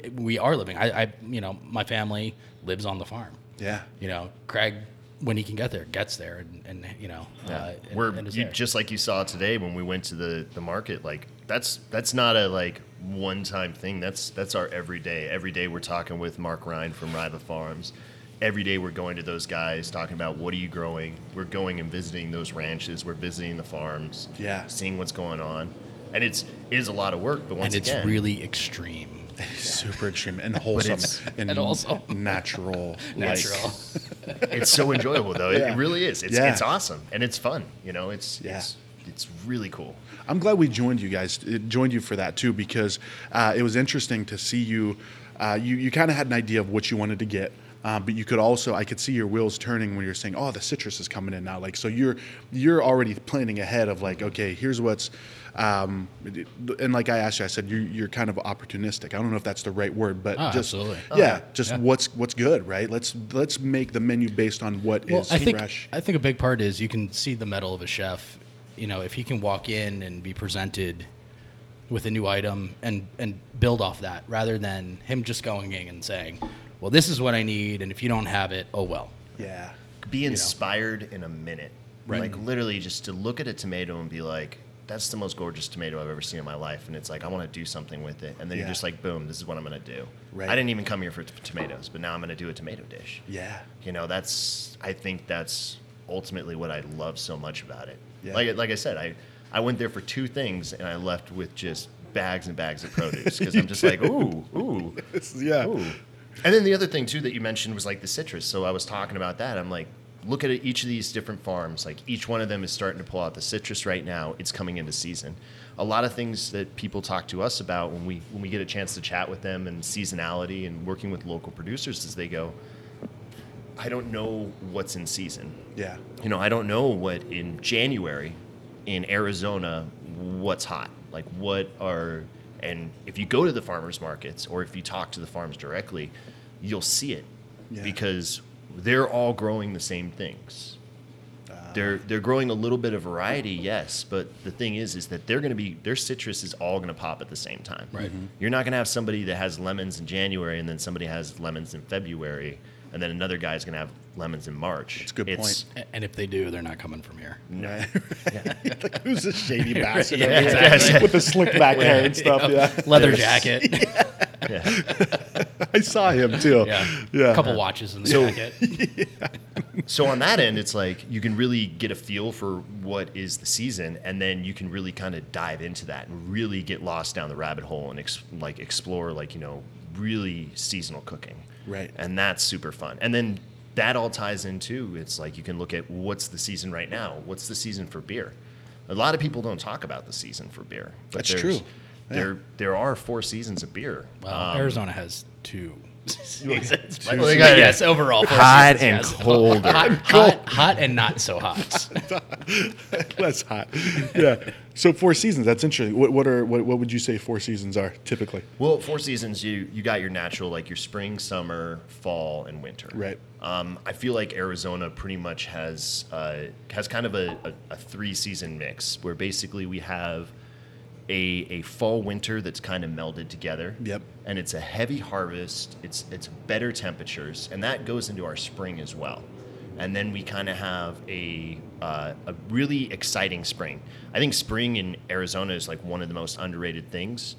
it, we are living, I, I, you know, my family lives on the farm.
Yeah.
You know, Craig, when he can get there, gets there, and, and you know, uh, and-
We're
and is
you,
there.
just like you saw today when we went to the, the market. Like that's that's not a like one time thing. That's that's our everyday. Every day we're talking with Mark Ryan from Riva Farms. Every day we're going to those guys talking about what are you growing. We're going and visiting those ranches. We're visiting the farms.
Yeah.
seeing what's going on, and it's it is a lot of work. But once
and it's
again,
really extreme.
super extreme and wholesome
it's-
and,
And also-
natural.
Natural.
Like,
it's so enjoyable though. It-
Yeah.
It really is. It's
Yeah.
it's awesome and it's fun. You know, it's
Yeah.
it's it's really cool.
I'm glad we joined you guys, it joined you for that too, because uh, it was interesting to see you. Uh, you you kind of had an idea of what you wanted to get, um, but you could also I could see your wheels turning when you're saying, "Oh, the citrus is coming in now." Like so, you're you're already planning ahead of like, okay, here's what's. Um, and like I asked you, I said you're, you're kind of opportunistic. I don't know if that's the right word, but
Ah,
just
absolutely.
Oh, yeah, just what's what's good, right? Let's let's make the menu based on what is
well, I think
fresh.
I think a big part is you can see the metal of a chef. You know, if he can walk in and be presented with a new item and and build off that, rather than him just going in and saying, "Well, this is what I need," and if you don't have it, oh well.
yeah,
be inspired in a minute. Like literally just to look at a tomato and be like, that's the most gorgeous tomato I've ever seen in my life. And it's like, I want to do something with it. And then
Yeah.
you're just like, boom, this is what I'm going to do.
Right.
I didn't even come here for t- tomatoes, but now I'm going to do a tomato dish.
yeah,
You know, that's, I think that's ultimately what I love so much about it.
Yeah.
Like, like I said, I, I went there for two things and I left with just bags and bags of produce because I'm just like, ooh, ooh.
yeah.
Ooh. And then the other thing too that you mentioned was like the citrus. So I was talking about that. I'm like, look at each of these different farms. Like each one of them is starting to pull out the citrus right now. It's coming into season. A lot of things that people talk to us about when we when we get a chance to chat with them and seasonality and working with local producers is they go, I don't know what's in season
Yeah,
you know, I don't know what in January in Arizona what's hot. Like what are and if you go to the farmers markets or if you talk to the farms directly, you'll see it
Yeah.
because they're all growing the same things. They're they're growing a little bit of variety, yes, but the thing is is that they're going to be their citrus is all going to pop at the same time.
Right.
Mm-hmm.
Mhm.
You're not going to have somebody that has lemons in January and then somebody has lemons in February and then another guy's going to have lemons in March. It's
a good point.
A- And if they do, they're not coming from here.
Right. like, who's this shady bastard
Yeah,
over here
exactly.
with the slick back hair and stuff? Yeah,
Leather
Yes.
jacket,
Yeah.
I saw him too.
yeah,
yeah.
a couple watches in the
So-
jacket.
so on that end, it's like you can really get a feel for what is the season, and then you can really kind of dive into that and really get lost down the rabbit hole and ex- like explore like you know really seasonal cooking.
Right.
And that's super fun. And then that all ties in too. It's like you can look at what's the season right now. What's the season for beer? A lot of people don't talk about the season for beer. But
That's
there's-
true.
There, there are four seasons of beer.
Well,
Um,
Arizona has two. seasons.
Well, they got-
yes, overall, four
Hot
seasons,
and
yes.
colder.
hot, hot, hot, and not so hot.
That's hot. Yeah. So four seasons. That's interesting. What, what are what, what would you say four seasons are typically?
Well, four seasons, you you got your natural like your spring, summer, fall, and winter.
Right.
Um, I feel like Arizona pretty much has uh, has kind of a, a, a three season mix where basically we have a a fall winter that's kind of melded together.
Yep.
And it's a heavy harvest. It's it's better temperatures, and that goes into our spring as well. And then we kind of have a uh, a really exciting spring. I think spring in Arizona is like one of the most underrated things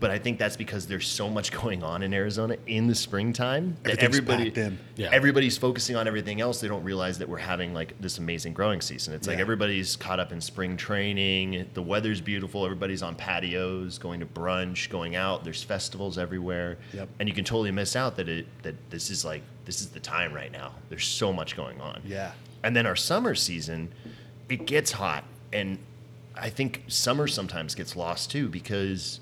but I think that's because there's so much going on in Arizona in the springtime that
Everything's
everybody
packed in.
Yeah.
everybody's focusing on everything else. They don't realize that we're having like this amazing growing season. It's like
Yeah.
everybody's caught up in spring training. The weather's beautiful. Everybody's on patios, going to brunch, going out. There's festivals everywhere,
Yep.
and you can totally miss out that it that this is like this is the time right now. There's so much going on.
Yeah.
And then our summer season, it gets hot. And I think summer sometimes gets lost too because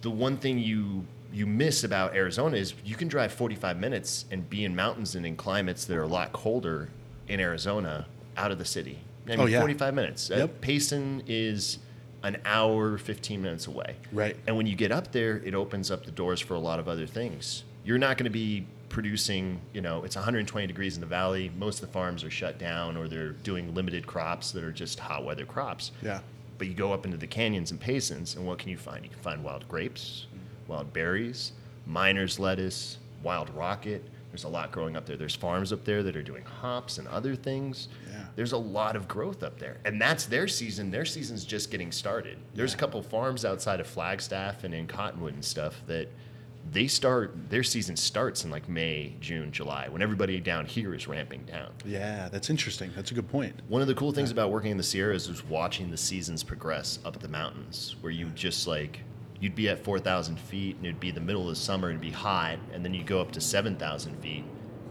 the one thing you you miss about Arizona is you can drive 45 minutes and be in mountains and in climates that are a lot colder in Arizona out of the city. I mean,
Oh, yeah.
45 minutes. Uh,
Yep.
Payson is an hour, 15 minutes away.
Right.
And when you get up there, it opens up the doors for a lot of other things. You're not going to be producing, you know, it's 120 degrees in the valley. Most of the farms are shut down or they're doing limited crops that are just hot weather crops.
Yeah.
But you go up into the canyons and Paysons, and what can you find? You can find wild grapes, wild berries, miner's lettuce, wild rocket. There's a lot growing up there. There's farms up there that are doing hops and other things.
Yeah.
There's a lot of growth up there. And that's their season. Their season's just getting started. There's a couple farms outside of Flagstaff and in Cottonwood and stuff that they start their season starts in like May, June, July when everybody down here is ramping down.
Yeah, that's interesting. That's a good point.
One of the cool things about working in the Sierras was watching the seasons progress up the mountains, where you just like you'd be at four thousand feet and it'd be the middle of the summer and it'd be hot, and then you go up to seven thousand feet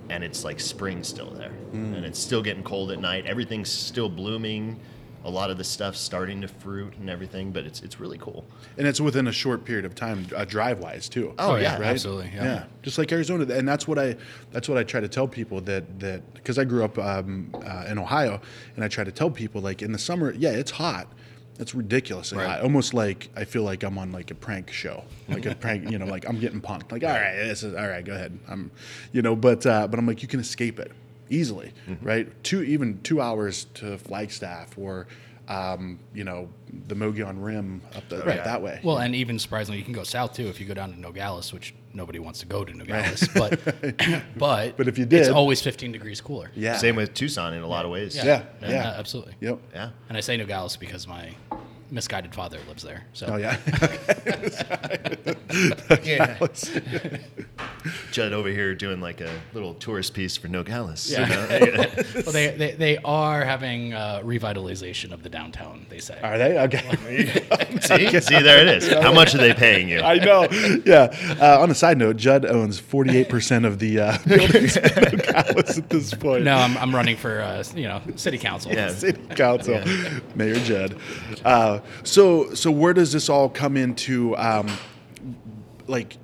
and it's like spring still there,
Mm.
and it's still getting cold at night. Everything's still blooming. A lot of the stuff's starting to fruit and everything, but it's it's really cool.
And it's within a short period of time, uh, drive wise too.
Oh, yeah,
right?
absolutely.
Yeah.
Yeah.
just like Arizona, and that's what I that's what I try to tell people that that because I grew up um, uh, in Ohio, and I try to tell people like in the summer, yeah, it's hot. It's ridiculous.
Right.
hot. Almost like I feel like I'm on like a prank show, like a prank. You know, like I'm getting punked. Like, all right, this is all right. Go ahead. I'm, you know, but uh, but I'm like, you can escape it easily, right? Two even two hours to Flagstaff or, um, you know, the Mogollon Rim up the,
yeah.
that way.
Well, and even surprisingly, you can go south too if you go down to Nogales, which nobody wants to go to Nogales, but but
But if you
it's
did-
always 15 degrees cooler.
yeah.
Same with Tucson in a lot of ways.
Yeah,
Yeah,
yeah.
absolutely.
Yep.
yeah.
And I say Nogales because my misguided father lives there. So
Oh yeah. Oh,
Yeah. Judd over here doing like a little tourist piece for Nogales. you know?
well, they, they they are having uh, revitalization of the downtown. They say.
Are they okay?
see, see, there it is. How much are they paying you?
I know. Yeah. Uh, on a side note, Judd owns forty-eight percent of the uh, buildings in Nogales at this point.
No, I'm, I'm running for uh, you know city council.
Yeah.
City Council, Mayor Judd. Uh, so, so where does this all come into? Um, like,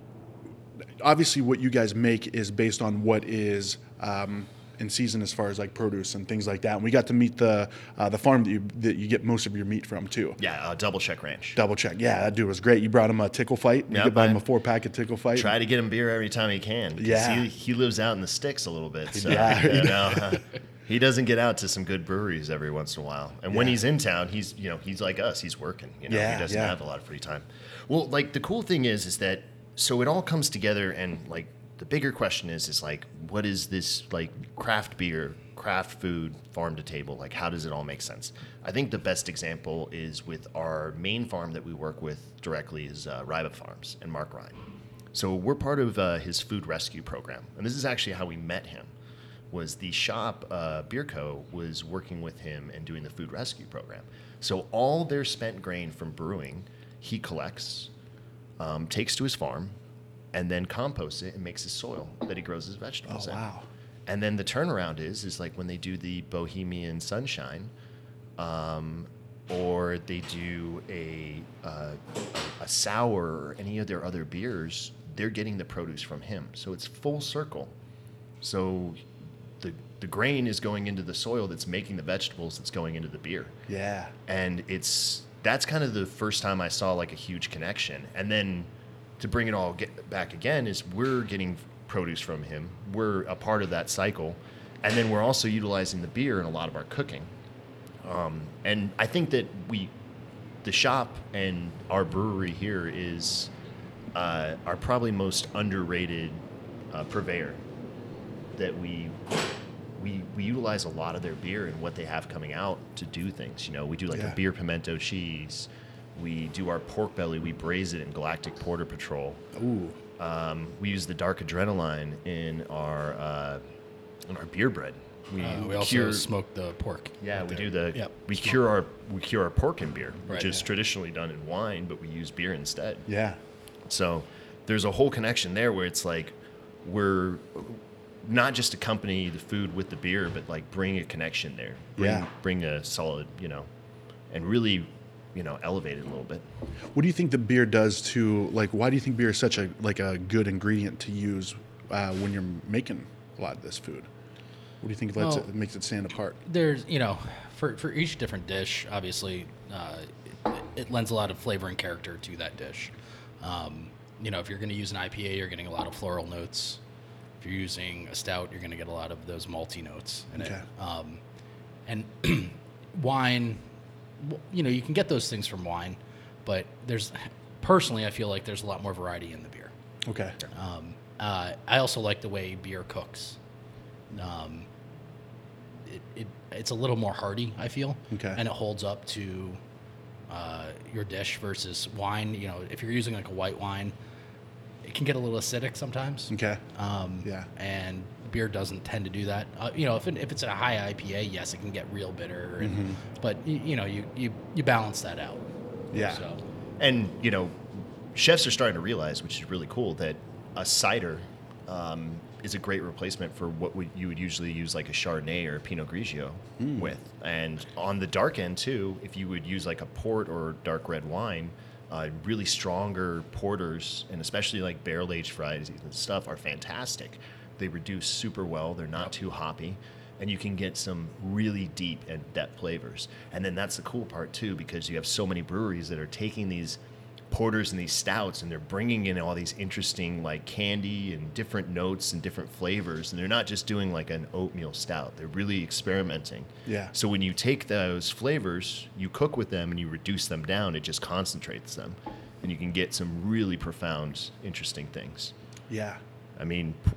obviously, what you guys make is based on what is. Um, in season, as far as like produce and things like that, and we got to meet the uh, the farm that you that you get most of your meat from too.
Yeah, uh, Double Check Ranch.
Double check. Yeah, that dude was great. You brought him a tickle fight. You
Yeah,
could buy him
I-
a four pack of tickle fight.
Try to get him beer every time he can. 'cause
Yeah.
He, he lives out in the sticks a little bit. So,
Yeah.
you know, uh, he doesn't get out to some good breweries every once in a while. And when
Yeah.
he's in town, he's, you know, he's like us. He's working. You know,
Yeah,
he doesn't
yeah.
have a lot of free time. Well, like the cool thing is, is that so it all comes together. And like the bigger question is, is like, what is this like craft beer, craft food, farm to table? Like, how does it all make sense? I think the best example is with our main farm that we work with directly is uh, Riba Farms and Mark Ryan. So we're part of uh, his food rescue program, and this is actually how we met him. Was the shop uh, Beer Co. was working with him and doing the food rescue program. So all their spent grain from brewing, he collects, um, takes to his farm, and then composts it and makes his soil that he grows his vegetables
Oh,
in.
wow.
And then the turnaround is is like when they do the Bohemian Sunshine, um, or they do a, uh, a sour or any of their other beers, they're getting the produce from him. So it's full circle. So the, the grain is going into the soil that's making the vegetables that's going into the beer
Yeah.
and it's that's kind of the first time I saw like a huge connection. And then to bring it all get back again is we're getting produce from him. We're a part of that cycle, and then we're also utilizing the beer in a lot of our cooking. Um, and I think that we, the shop and our brewery here is uh, our probably most underrated uh, purveyor that we we we utilize a lot of their beer and what they have coming out to do things. You know, we do like
Yeah.
a beer pimento cheese. We do our pork belly. We braise it in Galactic Porter Patrol.
Ooh.
Um, we use the dark adrenaline in our uh, in our beer bread. We,
Uh, we also
cure-
smoke the pork.
yeah,
out
we
there.
do the
Yep.
we cure our we cure our pork in beer,
Right,
which is
yeah.
traditionally done in wine, but we use beer instead.
Yeah.
So there's a whole connection there where it's like we're not just accompany the food with the beer, but like bring a connection there. Bring,
Yeah.
Bring a solid, you know, and really, you know, elevate it a little bit.
What do you think the beer does to like? Why do you think beer is such a like a good ingredient to use uh, when you're making a lot of this food? What do you think lets
Well-
it, makes it stand apart?
there's you know for for each different dish obviously uh, it, it lends a lot of flavor and character to that dish um, you know if you're going to use an ipa you're getting a lot of floral notes if you're using a stout you're going to get a lot of those malty notes in
Okay.
it um, and wine w- you know you can get those things from wine but there's personally i feel like there's a lot more variety in the beer
Okay.
um, Uh, I also like the way beer cooks. Um, it, it, it's a little more hearty, I feel,
Okay.
and it holds up to uh, your dish versus wine. You know, if you're using like a white wine, it can get a little acidic sometimes.
Okay.
Um,
Yeah.
And beer doesn't tend to do that. Uh, you know, if, it, if it's a high IPA, yes, it can get real bitter. And,
Mm-hmm.
But you, you know, you, you you balance that out.
Yeah.
So
And you know, chefs are starting to realize, which is really cool, that a cider um, is a great replacement for what would, you would usually use like a Chardonnay or a Pinot Grigio with. And on the dark end too, if you would use like a port or dark red wine. Uh, really stronger porters and especially like barrel aged varieties and stuff are fantastic. They reduce super well. They're not too hoppy, and you can get some really deep and depth flavors. And then that's the cool part too, because you have so many breweries that are taking these porters and these stouts and they're bringing in all these interesting like candy and different notes and different flavors and they're not just doing like an oatmeal stout they're really experimenting
Yeah.
so when you take those flavors you cook with them and you reduce them down it just concentrates them and you can get some really profound interesting things
Yeah.
i mean p-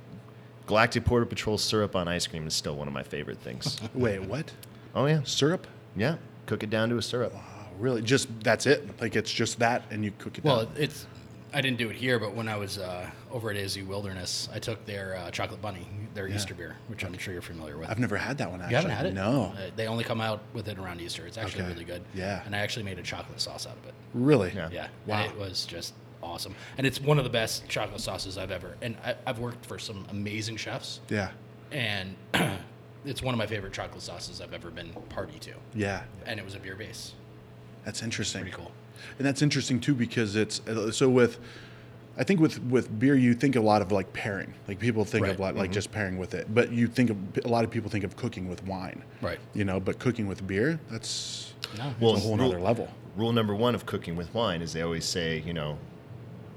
galactic porter patrol syrup on ice cream is still one of my favorite things
Wait, what?
oh yeah
Syrup?
yeah cook it down to a syrup
Oh, really? Just that's it? Like it's just that, and you cook it
Well,
down.
it's I didn't do it here, but when I was uh, over at AZ Wilderness, I took their uh, chocolate bunny, their Easter beer, which I'm sure you're familiar with.
I've never had that one. Actually,
you haven't had it?
No.
Uh, they only come out with it around Easter. It's actually
Okay.
really good.
Yeah.
And I actually made a chocolate sauce out of it.
Really?
Yeah.
Yeah.
Wow.
And it was just awesome. And it's one of the best chocolate sauces I've ever. And I, I've worked for some amazing chefs,
Yeah.
and it's one of my favorite chocolate sauces I've ever been party to.
Yeah.
And it was a beer base.
That's interesting.
Pretty cool.
And that's interesting too because it's uh, so with I think with with beer you think a lot of like pairing. Like people think of
Right.
like,
Mm-hmm.
like just pairing with it, but you think of, a lot of people think of cooking with wine.
Right.
You know, but cooking with beer, that's
No.
Well,
a whole
rule-
nother level.
Rule number one of cooking with wine is they always say, you know,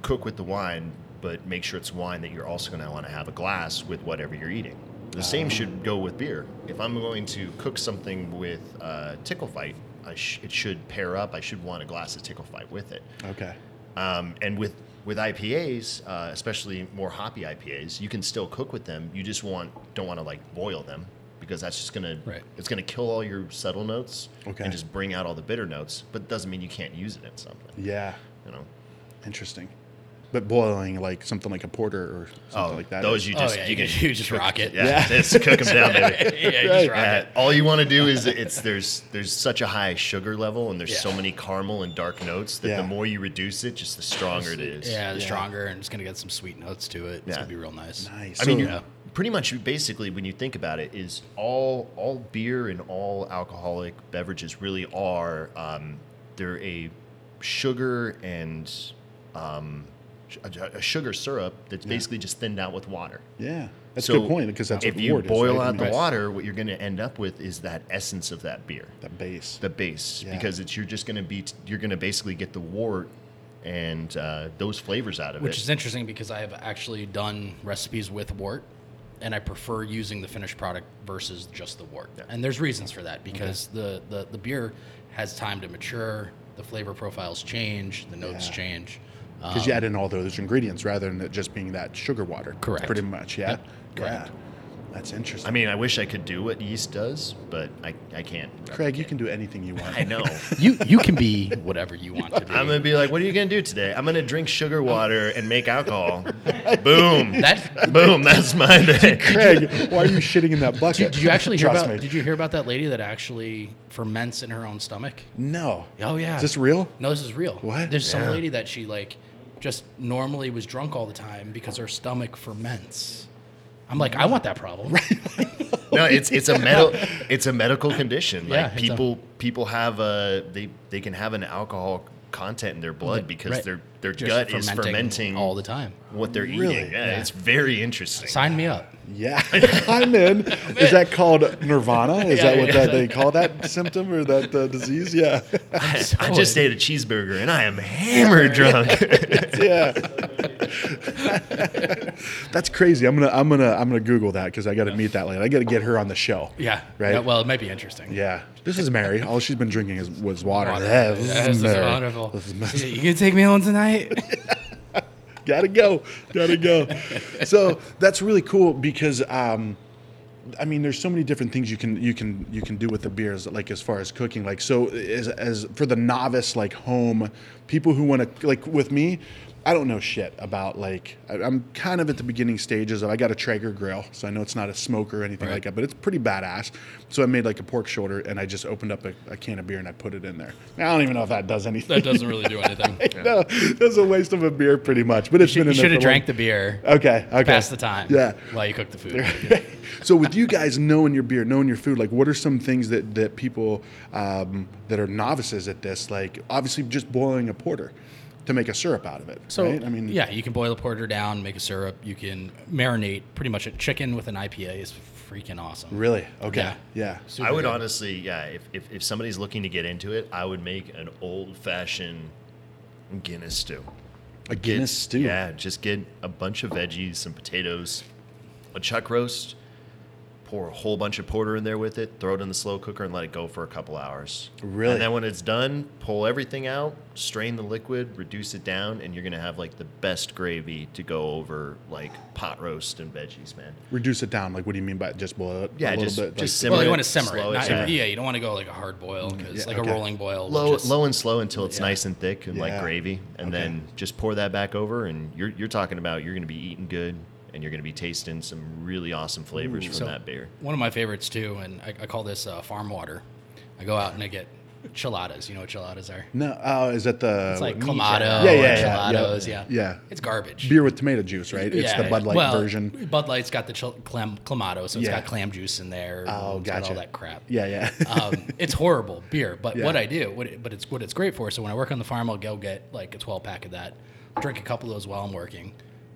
cook with the wine, but make sure it's wine that you're also going to want to have a glass with whatever you're eating. The same should go with beer. If I'm going to cook something with uh, tickle fight, I sh- it should pair up. I should want a glass of tickle fight with it.
Okay.
Um, and with with IPAs, uh, especially more hoppy IPAs, you can still cook with them. You just want don't want to like boil them because that's just gonna
Right.
it's gonna kill all your subtle notes
Okay.
and just bring out all the bitter notes. But it doesn't mean you can't use it in something.
Yeah.
You know,
Interesting. But boiling like something like a porter or something like that.
Those
is-
you
Oh,
just
yeah,
you,
you
can
ju- you just rock it.
Yeah,
Yeah.
just cook them down, baby.
yeah, you just rock
Yeah,
it.
all you want to do is it's there's there's such a high sugar level and there's so
Yeah.
many caramel and dark notes that
Yeah.
the more you reduce it, just the stronger it is.
Yeah, it's
Yeah.
stronger and it's gonna get some sweet notes to it. It's
Yeah.
gonna be real nice.
nice.
I mean,
So-
you're pretty much basically when you think about it, is all all beer and all alcoholic beverages really are um, they're a sugar and um, sh- a, a sugar syrup that's basically just thinned out with water.
yeah. That's a
So
good point because that's
if
what
you
wort is,
boil
right? I
out
mean,
the water, what you're going to end up with is that essence of that beer
The base.
the base
Yeah.
because it's you're just going to be you're going to basically get the wort and uh, those flavors out of
Which
it.
is interesting because I have actually done recipes with wort, and I prefer using the finished product versus just the wort. And there's reasons for that because the, the the beer has time to mature, the flavor profiles change, the notes
Yeah.
change.
because
Um,
you add in all those ingredients rather than it just being that sugar water.
Correct.
Pretty much, yeah.
Yep, correct.
Yeah. That's interesting.
I mean, I wish I could do what yeast does, but I, I can't.
Craig, you can do anything you want.
I know.
You you can be whatever you want to be.
I'm gonna be like, what are you gonna do today? I'm gonna drink sugar water and make alcohol. Boom.
that
Boom. That's my day.
Craig, why are you shitting in that bucket?
did, did you actually hear
Trust
about?
me.
Did you hear about that lady that actually ferments in her own stomach?
No.
Oh yeah.
Is this real?
No, this is real.
What?
There's
Yeah.
some lady that she like just normally was drunk all the time because her stomach ferments. I'm like, I want that problem. Right.
No, it's it's a metal it's a medical condition.
Yeah,
Like
it's a-
people people have a they they can have an alcohol content in their blood because
Right.
their their
Just
gut is fermenting
all the time.
what they're
Really?
eating. Yeah,
Yeah.
it's very interesting.
Sign me up.
Yeah. I'm in. Is that called nirvana? Is
Yeah,
that what
yeah.
that, they call that symptom or that uh, disease? Yeah.
I, I just ate a cheeseburger and I am hammer drunk.
yeah. That's crazy. I'm gonna I'm gonna I'm gonna Google that because I got to meet that lady. I got to get her on the show.
Yeah.
Right.
Yeah, well, it might be interesting.
Yeah. This is Mary. All she's been drinking is was water.
Water.
Yeah, this
This is
Mary.
wonderful.
This is Mary.
You gonna take me home tonight?
gotta go, gotta go. so that's really cool because um, I mean, there's so many different things you can you can you can do with the beers, like as far as cooking. Like so, as as for the novice, like home people who want to like with me. I don't know shit about like I, I'm kind of at the beginning stages of I got a Traeger grill, so I know it's not a smoke or anything
Right.
like that, but it's pretty badass. So I made like a pork shoulder and I just opened up a, a can of beer and I put it in there. I don't even know if that does anything.
That doesn't really do anything.
No, that's a waste of a beer, pretty much. But it's
You
been in there
should have
for long-
drank the beer.
Okay, okay.
Pass the time.
Yeah.
While you cook the food.
so with you guys knowing your beer, knowing your food, like what are some things that that people um, that are novices at this, like obviously just boiling a porter to make a syrup out of it.
So
right? I mean,
yeah, you can boil a porter down, make a syrup. You can marinate pretty much a chicken with an IPA is freaking awesome.
really, okay,
Yeah.
yeah.
Super
I would
good.
honestly, yeah, if, if, if somebody's looking to get into it, I would make an old fashioned Guinness stew.
A
Get-
Guinness stew.
Yeah, just get a bunch of veggies, some potatoes, a chuck roast, pour a whole bunch of porter in there with it, throw it in the slow cooker and let it go for a couple hours.
Really?
And then when it's done, pull everything out, strain the liquid, reduce it down, and you're gonna have like the best gravy to go over like pot roast and veggies, man.
Reduce it down. Like, what do you mean by just boil it?
Yeah,
a little
just-
bit,
just
like,
simmer
Well, you
it,
want to simmer it.
slow it
Not,
down.
Yeah, you don't want to go like a hard boil because
Mm, yeah,
like
okay.
a rolling boil. will
Low,
just-
low and slow until it's nice and thick and
Yeah.
like gravy, and
Okay.
then just pour that back over, and you're you're talking about you're gonna be eating good, and you're gonna be tasting some really awesome flavors from
So-
that beer.
One of my favorites too, and I, I call this uh, farm water. I go out and I get chiladas. You know what chiladas are?
no, oh, is that the
It's like clamato,
Yeah,
yeah,
yeah, yeah, yeah.
enchilados, yeah,
Yeah.
It's garbage.
beer with tomato juice, right? It's
Yeah.
the Bud Light
Well,
version.
Bud Light's got the chil- clam, clamato, so it's
Yeah.
got clam juice in there.
Oh,
it's got
gotcha.
all that crap.
Yeah, yeah.
um, it's horrible beer, but
Yeah.
what I do, what it, but it's what it's great for. So when I work on the farm, I'll go get like a 12 pack of that, drink a couple of those while I'm working,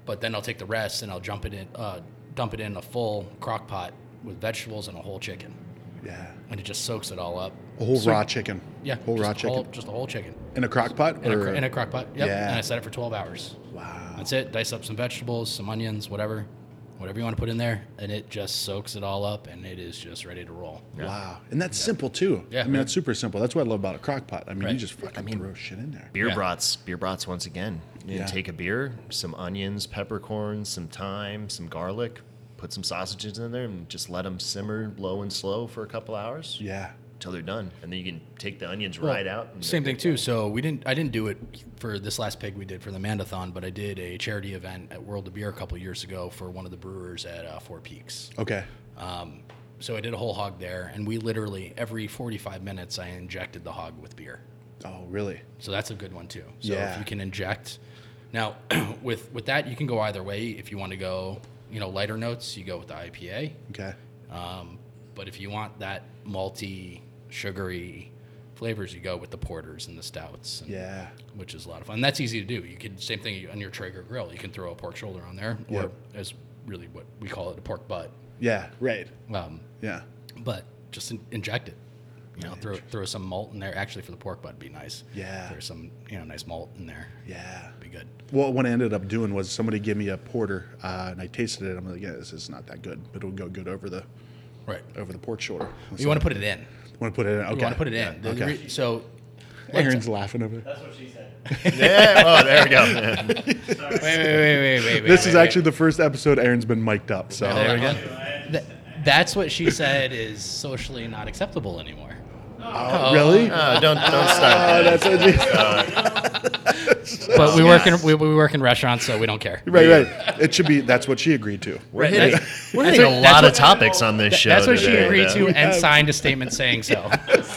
but then I'll take the rest and I'll jump it in, uh, dump it in a full crock pot with vegetables and a whole chicken,
yeah.
and it just soaks it all up.
A whole raw chicken.
Yeah,
Whole
just
raw
a
chicken.
just a whole chicken
in a crock pot?
in a,
or-
cro- in a crock pot. Yep.
Yeah.
and I set it for 12 hours.
wow.
That's it. Dice up some vegetables, some onions, whatever, whatever you want to put in there, and it just soaks it all up, and it is just ready to roll.
Wow. And that's simple too.
Yeah.
I mean, that's super simple. That's what I love about a crock pot. I mean, you
Right.
just fucking throw shit in there.
Beer
Yeah.
brats, beer brats once again. You
Yeah.
take a beer, some onions, peppercorns, some thyme, some garlic, put some sausages in there, and just let them simmer low and slow for a couple hours
Yeah.
until they're done, and then you can take the onions
Well,
right out. And
Same thing too. So we didn't. I didn't do it for this last pig we did for the Mandathon, but I did a charity event at World of Beer a couple years ago for one of the brewers at uh, Four Peaks.
Okay.
So I did a whole hog there, and we literally every 45 minutes I injected the hog with beer.
Oh, really?
So that's a good one too. So
Yeah.
if you can inject, now with with that you can go either way. If you want to go, you know, lighter notes, you go with the IPA.
Okay.
Um, but if you want that malty, sugary flavors, you go with the porters and the stouts. And,
Yeah.
which is a lot of fun. And that's easy to do. You can same thing on your Traeger grill. You can throw a pork shoulder on there, or
Yep.
as really what we call it, a pork butt.
Yeah. Right.
Um,
Yeah.
but just in, inject it. You know, throw throw some malt in there. Actually, for the pork butt, would be nice.
Yeah.
throw some you know nice malt in there.
Yeah.
be good.
Well, what I ended up doing was somebody gave me a porter, uh, and I tasted it. I'm like, yeah, this is not that good, but it'll go good over the
Right.
over the pork shoulder.
You want to put it in.
Want to put it in? Okay.
You want to put it in. The
Okay.
re- so.
Aaron's laughing over there.
That's what she said.
Yeah. Oh, there we go.
Wait, wait, wait, wait, wait, wait.
This is
wait, wait.
actually the first episode Aaron's been mic'd up. So
Hold on,
we go.
hold on. Th- That's what she said is socially not acceptable anymore.
Oh, really?
Oh, don't don't
Ah,
Oh,
start.
that's what you-
But we work in we, we work in restaurants, so we don't care.
right, right. It should be. That's what she agreed to.
We're hitting,
That's-
we're
that's
hitting
what-
a
that's
lot of
what-
topics on this show.
That's what she
today,
agreed
though.
to and
Yeah.
signed a statement saying so.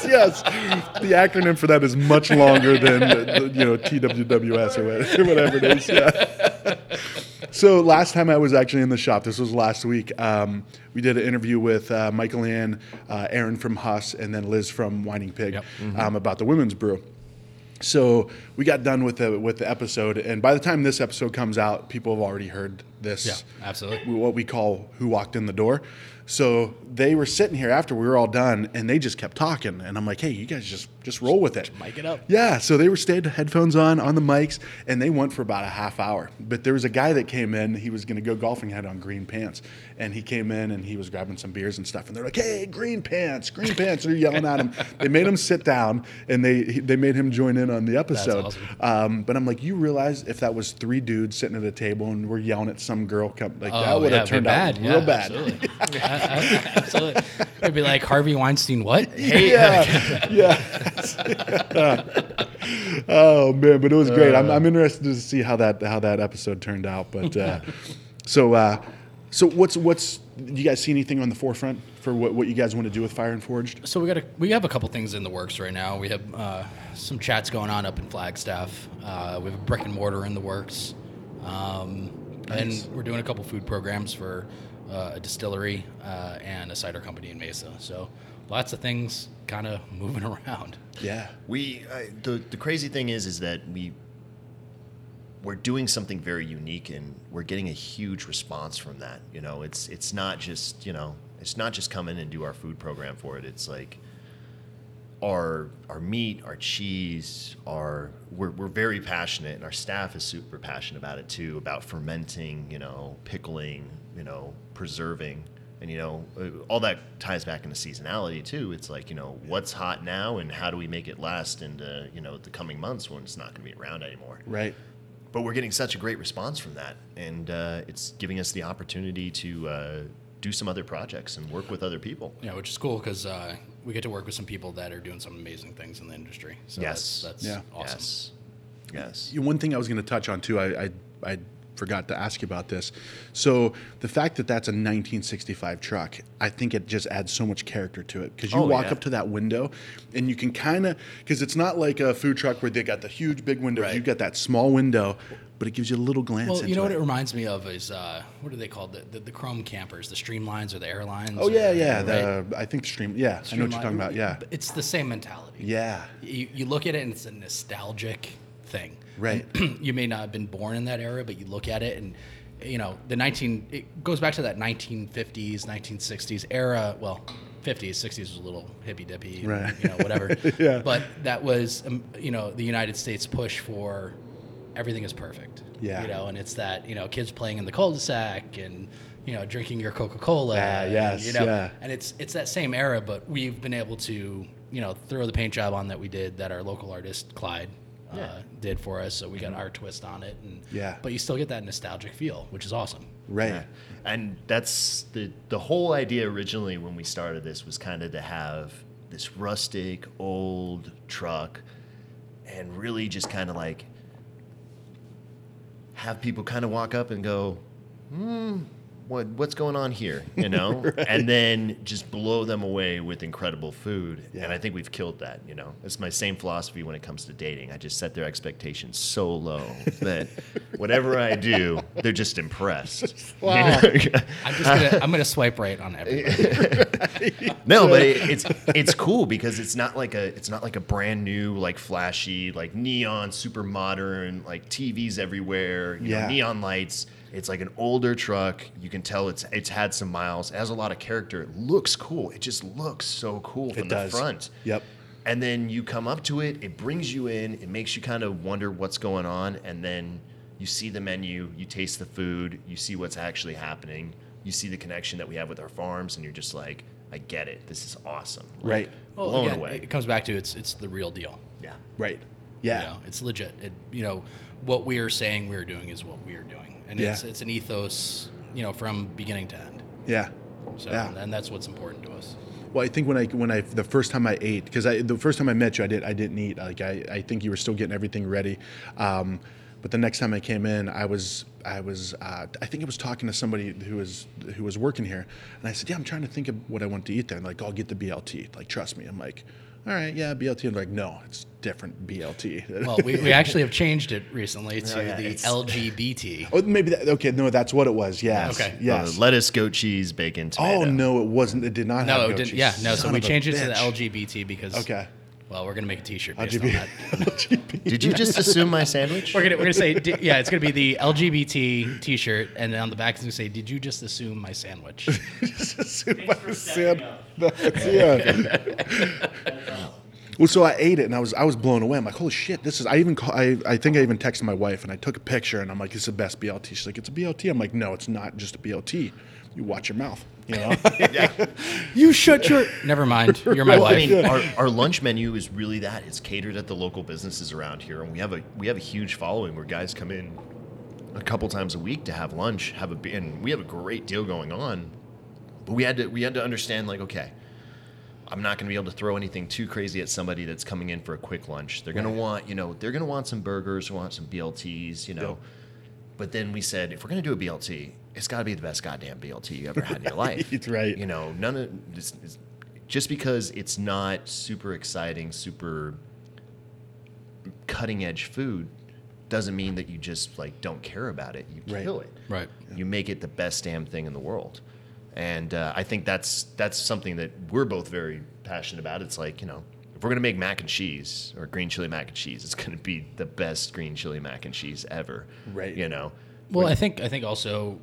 yes. The acronym for that is much longer than the, the, you know TWWS or whatever, whatever it is. Yeah. So last time I was actually in the shop, this was last week. Um, we did an interview with uh, Michael Ann, uh, Aaron from Huss, and then Liz from Whining Pig
Yep. Mm-hmm.
um, about the women's brew. So we got done with the with the episode, and by the time this episode comes out, people have already heard this
Yeah, absolutely.
w- what we call who walked in the door. So they were sitting here after we were all done, and they just kept talking. And I'm like, hey, you guys just just roll with it,
mic it up.
Yeah. So they were stayed headphones on on the mics, and they went for about a half hour. But there was a guy that came in. He was going to go golfing. Had on green pants, and he came in and he was grabbing some beers and stuff. And they're like, hey, green pants, green pants. They're yelling at him. They made him sit down, and they he- they made him join in on the episode.
awesome.
Um, but I'm like, you realize if that was three dudes sitting at a table and we're yelling at some girl, come, like that
Oh,
would
yeah,
have
it'd
turned
be
out real
Yeah,
bad.
Absolutely. Yeah, I- I- absolutely. It'd be like Harvey Weinstein. What? Hey,
Yeah, yeah. oh man, but it was great. I'm, I'm interested to see how that how that episode turned out. But uh, so uh, so what's what's you guys see anything on the forefront for what, what you guys want to do with Fire and Forged?
so we got a, we have a couple things in the works right now. We have uh, some chats going on up in Flagstaff. Uh, we have a brick and mortar in the works, um,
Nice.
and we're doing a couple food programs for uh, a distillery uh, and a cider company in Mesa. So lots of things kind of moving around.
Yeah,
We I, the the crazy thing is is that we we're doing something very unique and we're getting a huge response from that. You know, it's it's not just you know it's not just come in and do our food program for it. It's like our our meat, our cheese, our we're we're very passionate and our staff is super passionate about it too about fermenting, you know, pickling, you know, preserving. And you know, uh, all that ties back into seasonality too. It's like, you know, what's hot now and how do we make it last into, you know, the coming months when it's not going to be around anymore
right.
but we're getting such a great response from that, and uh, it's giving us the opportunity to uh, do some other projects and work with other people.
Yeah, which is cool because uh, we get to work with some people that are doing some amazing things in the industry. So
Yes.
that's, that's
Yeah.
awesome.
Yes, yes.
You- One thing I was going to touch on too, I, I I forgot to ask you about this. So the fact that that's a 1965 truck, I think it just adds so much character to it because you
Oh,
walk
yeah.
up to that window and you can kind of because it's not like a food truck where they got the huge big windows.
Right.
You've got that small window, but it gives you a little glance.
Well,
into
you know what it
it
reminds me of is uh, what are they called? The, the, the Chrome campers, the Streamlines or the Airlines.
Oh yeah,
or-
yeah.
right?
The, I think the stream. Yeah, I know what you're talking
Streamline-
about. Yeah,
It's the same mentality.
yeah.
You, you look at it and it's a nostalgic thing.
Right.
you may not have been born in that era, but you look at it and you know the 19 it goes back to that 1950s 1960s era well 50s 60s was a little hippy dippy
Right.
you know whatever
Yeah.
but that was um, you know the united states push for everything is perfect
Yeah.
you know and it's that you know kids playing in the cul-de-sac and you know drinking your coca-cola
Ah,
and,
yes,
you know
yeah.
and it's it's that same era, but we've been able to you know throw the paint job on that we did that our local artist Clyde uh,
Yeah.
did for us, so we got our twist on it. And
Yeah.
but you still get that nostalgic feel, which is awesome.
Right.
Yeah. And that's the the whole idea originally when we started this was kind of to have this rustic old truck and really just kind of like have people kind of walk up and go, "Hmm, what what's going on here?" you know? And then just blow them away with incredible food.
Yeah.
And I think we've killed that, you know. It's my same philosophy when it comes to dating. I just set their expectations so low that whatever I do, they're just impressed.
Wow.
I'm just gonna I'm gonna swipe right on everything.
No, but it, it's it's cool because it's not like a it's not like a brand new like flashy like neon super modern like TVs everywhere you
Yeah.
know, neon lights. It's like an older truck. You can tell it's it's had some miles. It has a lot of character. It looks cool. It just looks so cool from
does.
the front.
Yep.
And then you come up to it. It brings you in. It makes you kind of wonder what's going on. And then you see the menu. You taste the food. You see what's actually happening. You see the connection that we have with our farms, and you're just like, I get it. This is awesome. Like,
Right.
Well,
blown
again,
away.
It comes back to it's it's the real deal.
yeah.
Right.
You
Yeah.
know, it's legit. It, you know, what we are saying we are doing is what we are doing, and it's
Yeah.
it's an ethos. You know, from beginning to end.
Yeah.
So,
Yeah.
and that's what's important to us.
Well, I think when I when I the first time I ate because I the first time I met you, I did I didn't eat. Like I, I think you were still getting everything ready, um, but the next time I came in, I was I was uh, I think I was talking to somebody who was who was working here, and I said, yeah, I'm trying to think of what I want to eat there. And like, I'll get the BLT. Like, trust me. I'm like, all right, yeah, BLT. And they're like, no, it's different BLT.
Well, we, we actually have changed it recently to
yeah,
the
it's-
LGBT.
oh, maybe that. Okay, no, that's what it was. Yes.
Okay.
Yes.
Uh, lettuce, goat cheese, bacon, tomato.
oh no, it wasn't. It did not. have
No,
goat
it didn't.
cheese.
Yeah, no. So
Son
we
of a
changed it to the
bitch.
LGBT because
Okay.
Well, we're gonna make a T-shirt based on that.
LGBT. LGBT.
Did you just assume my sandwich?
We're gonna we're gonna say di- yeah, it's gonna be the LGBT T-shirt, and then on the back it's gonna say, "Did you just assume my sandwich?"
Just assume I said that. Yeah. Well, so I ate it and I was I was blown away. I'm like, holy shit, this is. I even call, I I think I even texted my wife and I took a picture and I'm like, this is the best BLT. She's like, it's a BLT. I'm like, no, it's not just a BLT. You watch your mouth. You know.
you shut your. Never mind. You're my
Well, I
wife.
mean, our, our lunch menu is really that. It's catered at the local businesses around here, and we have a we have a huge following where guys come in a couple times a week to have lunch, have a be- and we have a great deal going on. But we had to we had to understand like okay, I'm not going to be able to throw anything too crazy at somebody that's coming in for a quick lunch. They're going to want you know they're going to want some burgers, want some BLTs, you know. But then we said if we're going to do a BLT, it's got to be the best goddamn BLT you ever had in your life.
It's right.
You know, none of it's, it's, just because it's not super exciting, super cutting edge food doesn't mean that you just like don't care about it. You
Right.
kill it.
right.
You make it the best damn thing in the world. And uh, I think that's that's something that we're both very passionate about. It's like you know, if we're gonna make mac and cheese or green chili mac and cheese, it's gonna be the best green chili mac and cheese ever.
Right.
You know.
Well, I think I think also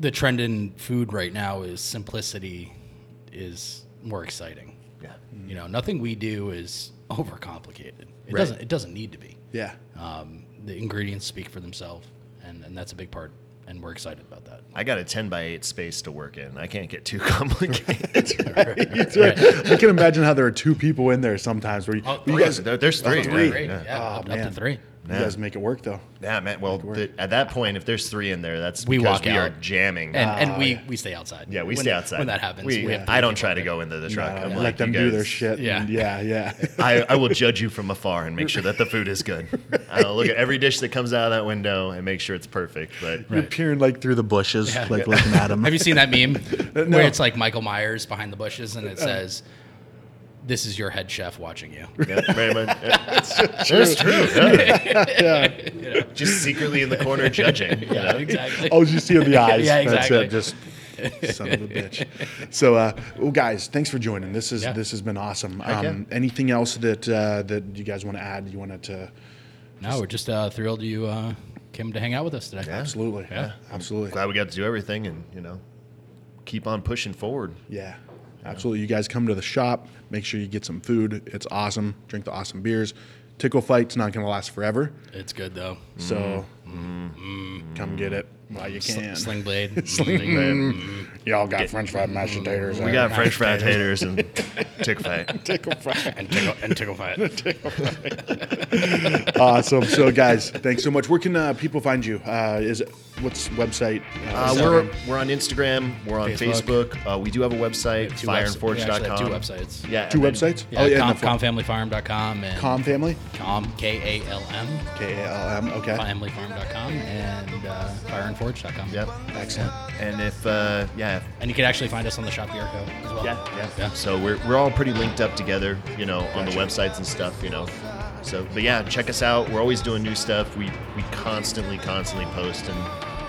the trend in food right now is simplicity is more exciting.
Yeah.
You know, nothing we do is overcomplicated. It
Right.
doesn't it doesn't need to be.
yeah.
Um, the ingredients speak for themselves, and, and that's a big part. And we're excited about that.
I got a ten by eight space to work in. I can't get too complicated.
It's right. I can imagine how there are two people in there sometimes where you,
Oh,
you
three.
guys
There- there's three.
three.
yeah,
Great,
yeah.
yeah,
Oh,
up, up to
man.
three.
you guys make it work though.
Yeah, man. Well, th- at that point, if there's three in there, that's
We
because
walk
we are
out.
jamming.
And, and we, we stay outside.
yeah, we
When-
stay outside
When that happens,
We,
we have to
I don't try to go into the truck.
Uh,
I'm
let
like,
them
you
do
guys-
their shit.
Yeah.
and yeah. Yeah.
I, I will judge you from afar and make sure that the food is good. I'll look at every dish that comes out of that window and make sure it's perfect. But
You're peering like through the bushes, like looking at them.
Have you seen that meme
No.
where it's like Michael Myers behind the bushes and
Uh.
it says, "This is your head chef watching you."
yeah, very much. Yeah. That's true. yeah. Just secretly in the corner judging. you know?
exactly.
Oh, you see in the eyes.
Yeah, exactly.
That's it. Just son of a bitch. So, uh, well, guys, thanks for joining. This is
Yeah.
this has been awesome.
Heck yeah.
Um, anything else that uh, that you guys want to add? You wanted to
No, we're just uh, thrilled you uh, came to hang out with us today.
Yeah.
absolutely,
Yeah.
absolutely,
Glad we got to do everything and, you know, keep on pushing forward.
yeah, absolutely. You guys come to the shop. Make sure you get some food. It's awesome. Drink the awesome beers. Tickle fight's not going to last forever,
It's good though.
so
Mm-hmm.
come get it while you
Sl-
can.
Mm-hmm. Sling blade. Mm-hmm. Sling
Y'all got French fried mashed potatoes.
We got French fried taters and tick fight.
tickle fried.
and tickle and tickle fight.
awesome. So, guys, thanks so much. Where can uh, people find you? Uh, is it, what's website?
Uh,
is
we're,
that-
we're on Instagram. We're on
Facebook.
Facebook. Uh, we do have a website,
Two webs- we actually have
fireandforge.com.
Two websites.
Oh, Yeah,
two
and then-
websites. Oh,
Yeah, com,
no,
comfamilyfarm.com and
Com family.
com K A L M
K A L M. Okay.
familyfarm.com and uh, fireandforge.com.
Yep.
Excellent.
And if uh, yeah, if-
And you can actually find us on the Shop Beer Co. as well.
yeah, yeah,
Yeah.
So we're we're all pretty linked up together, you know, on the websites and stuff, you know. So, but yeah, check us out. We're always doing new stuff. We we constantly, constantly post. And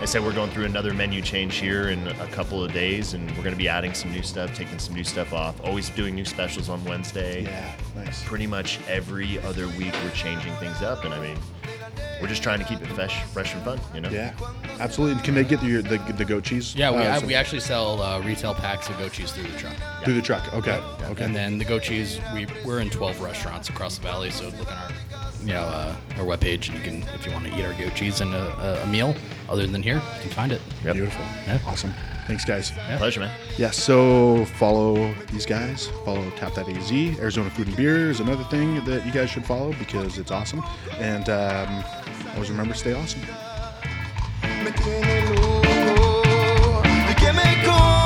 I said we're going through another menu change here in a couple of days, and we're going to be adding some new stuff, taking some new stuff off. Always doing new specials on Wednesday.
Yeah. Nice.
pretty much every other week we're changing things up and i mean we're just trying to keep it fresh fresh and fun you know
Yeah. Absolutely. And Can they get the the, the goat cheese?
Yeah, we,
Uh,
I,
so-
we actually sell uh, retail packs of goat cheese through the truck.
through the truck. Okay. Okay.
And then the goat cheese, we, we're in 12 restaurants across the valley. So look on our, you know, uh, our webpage and you can, if you want to eat our goat cheese and a, a meal other than here, you can find it.
Yep.
Beautiful.
Yeah.
Awesome. Thanks, guys.
pleasure man
Yeah, so follow these guys. Follow Tap That AZ. Arizona Food and Beer is another thing that you guys should follow because it's awesome. And um, always remember, stay awesome.
me tiene loco. ¿De qué me con-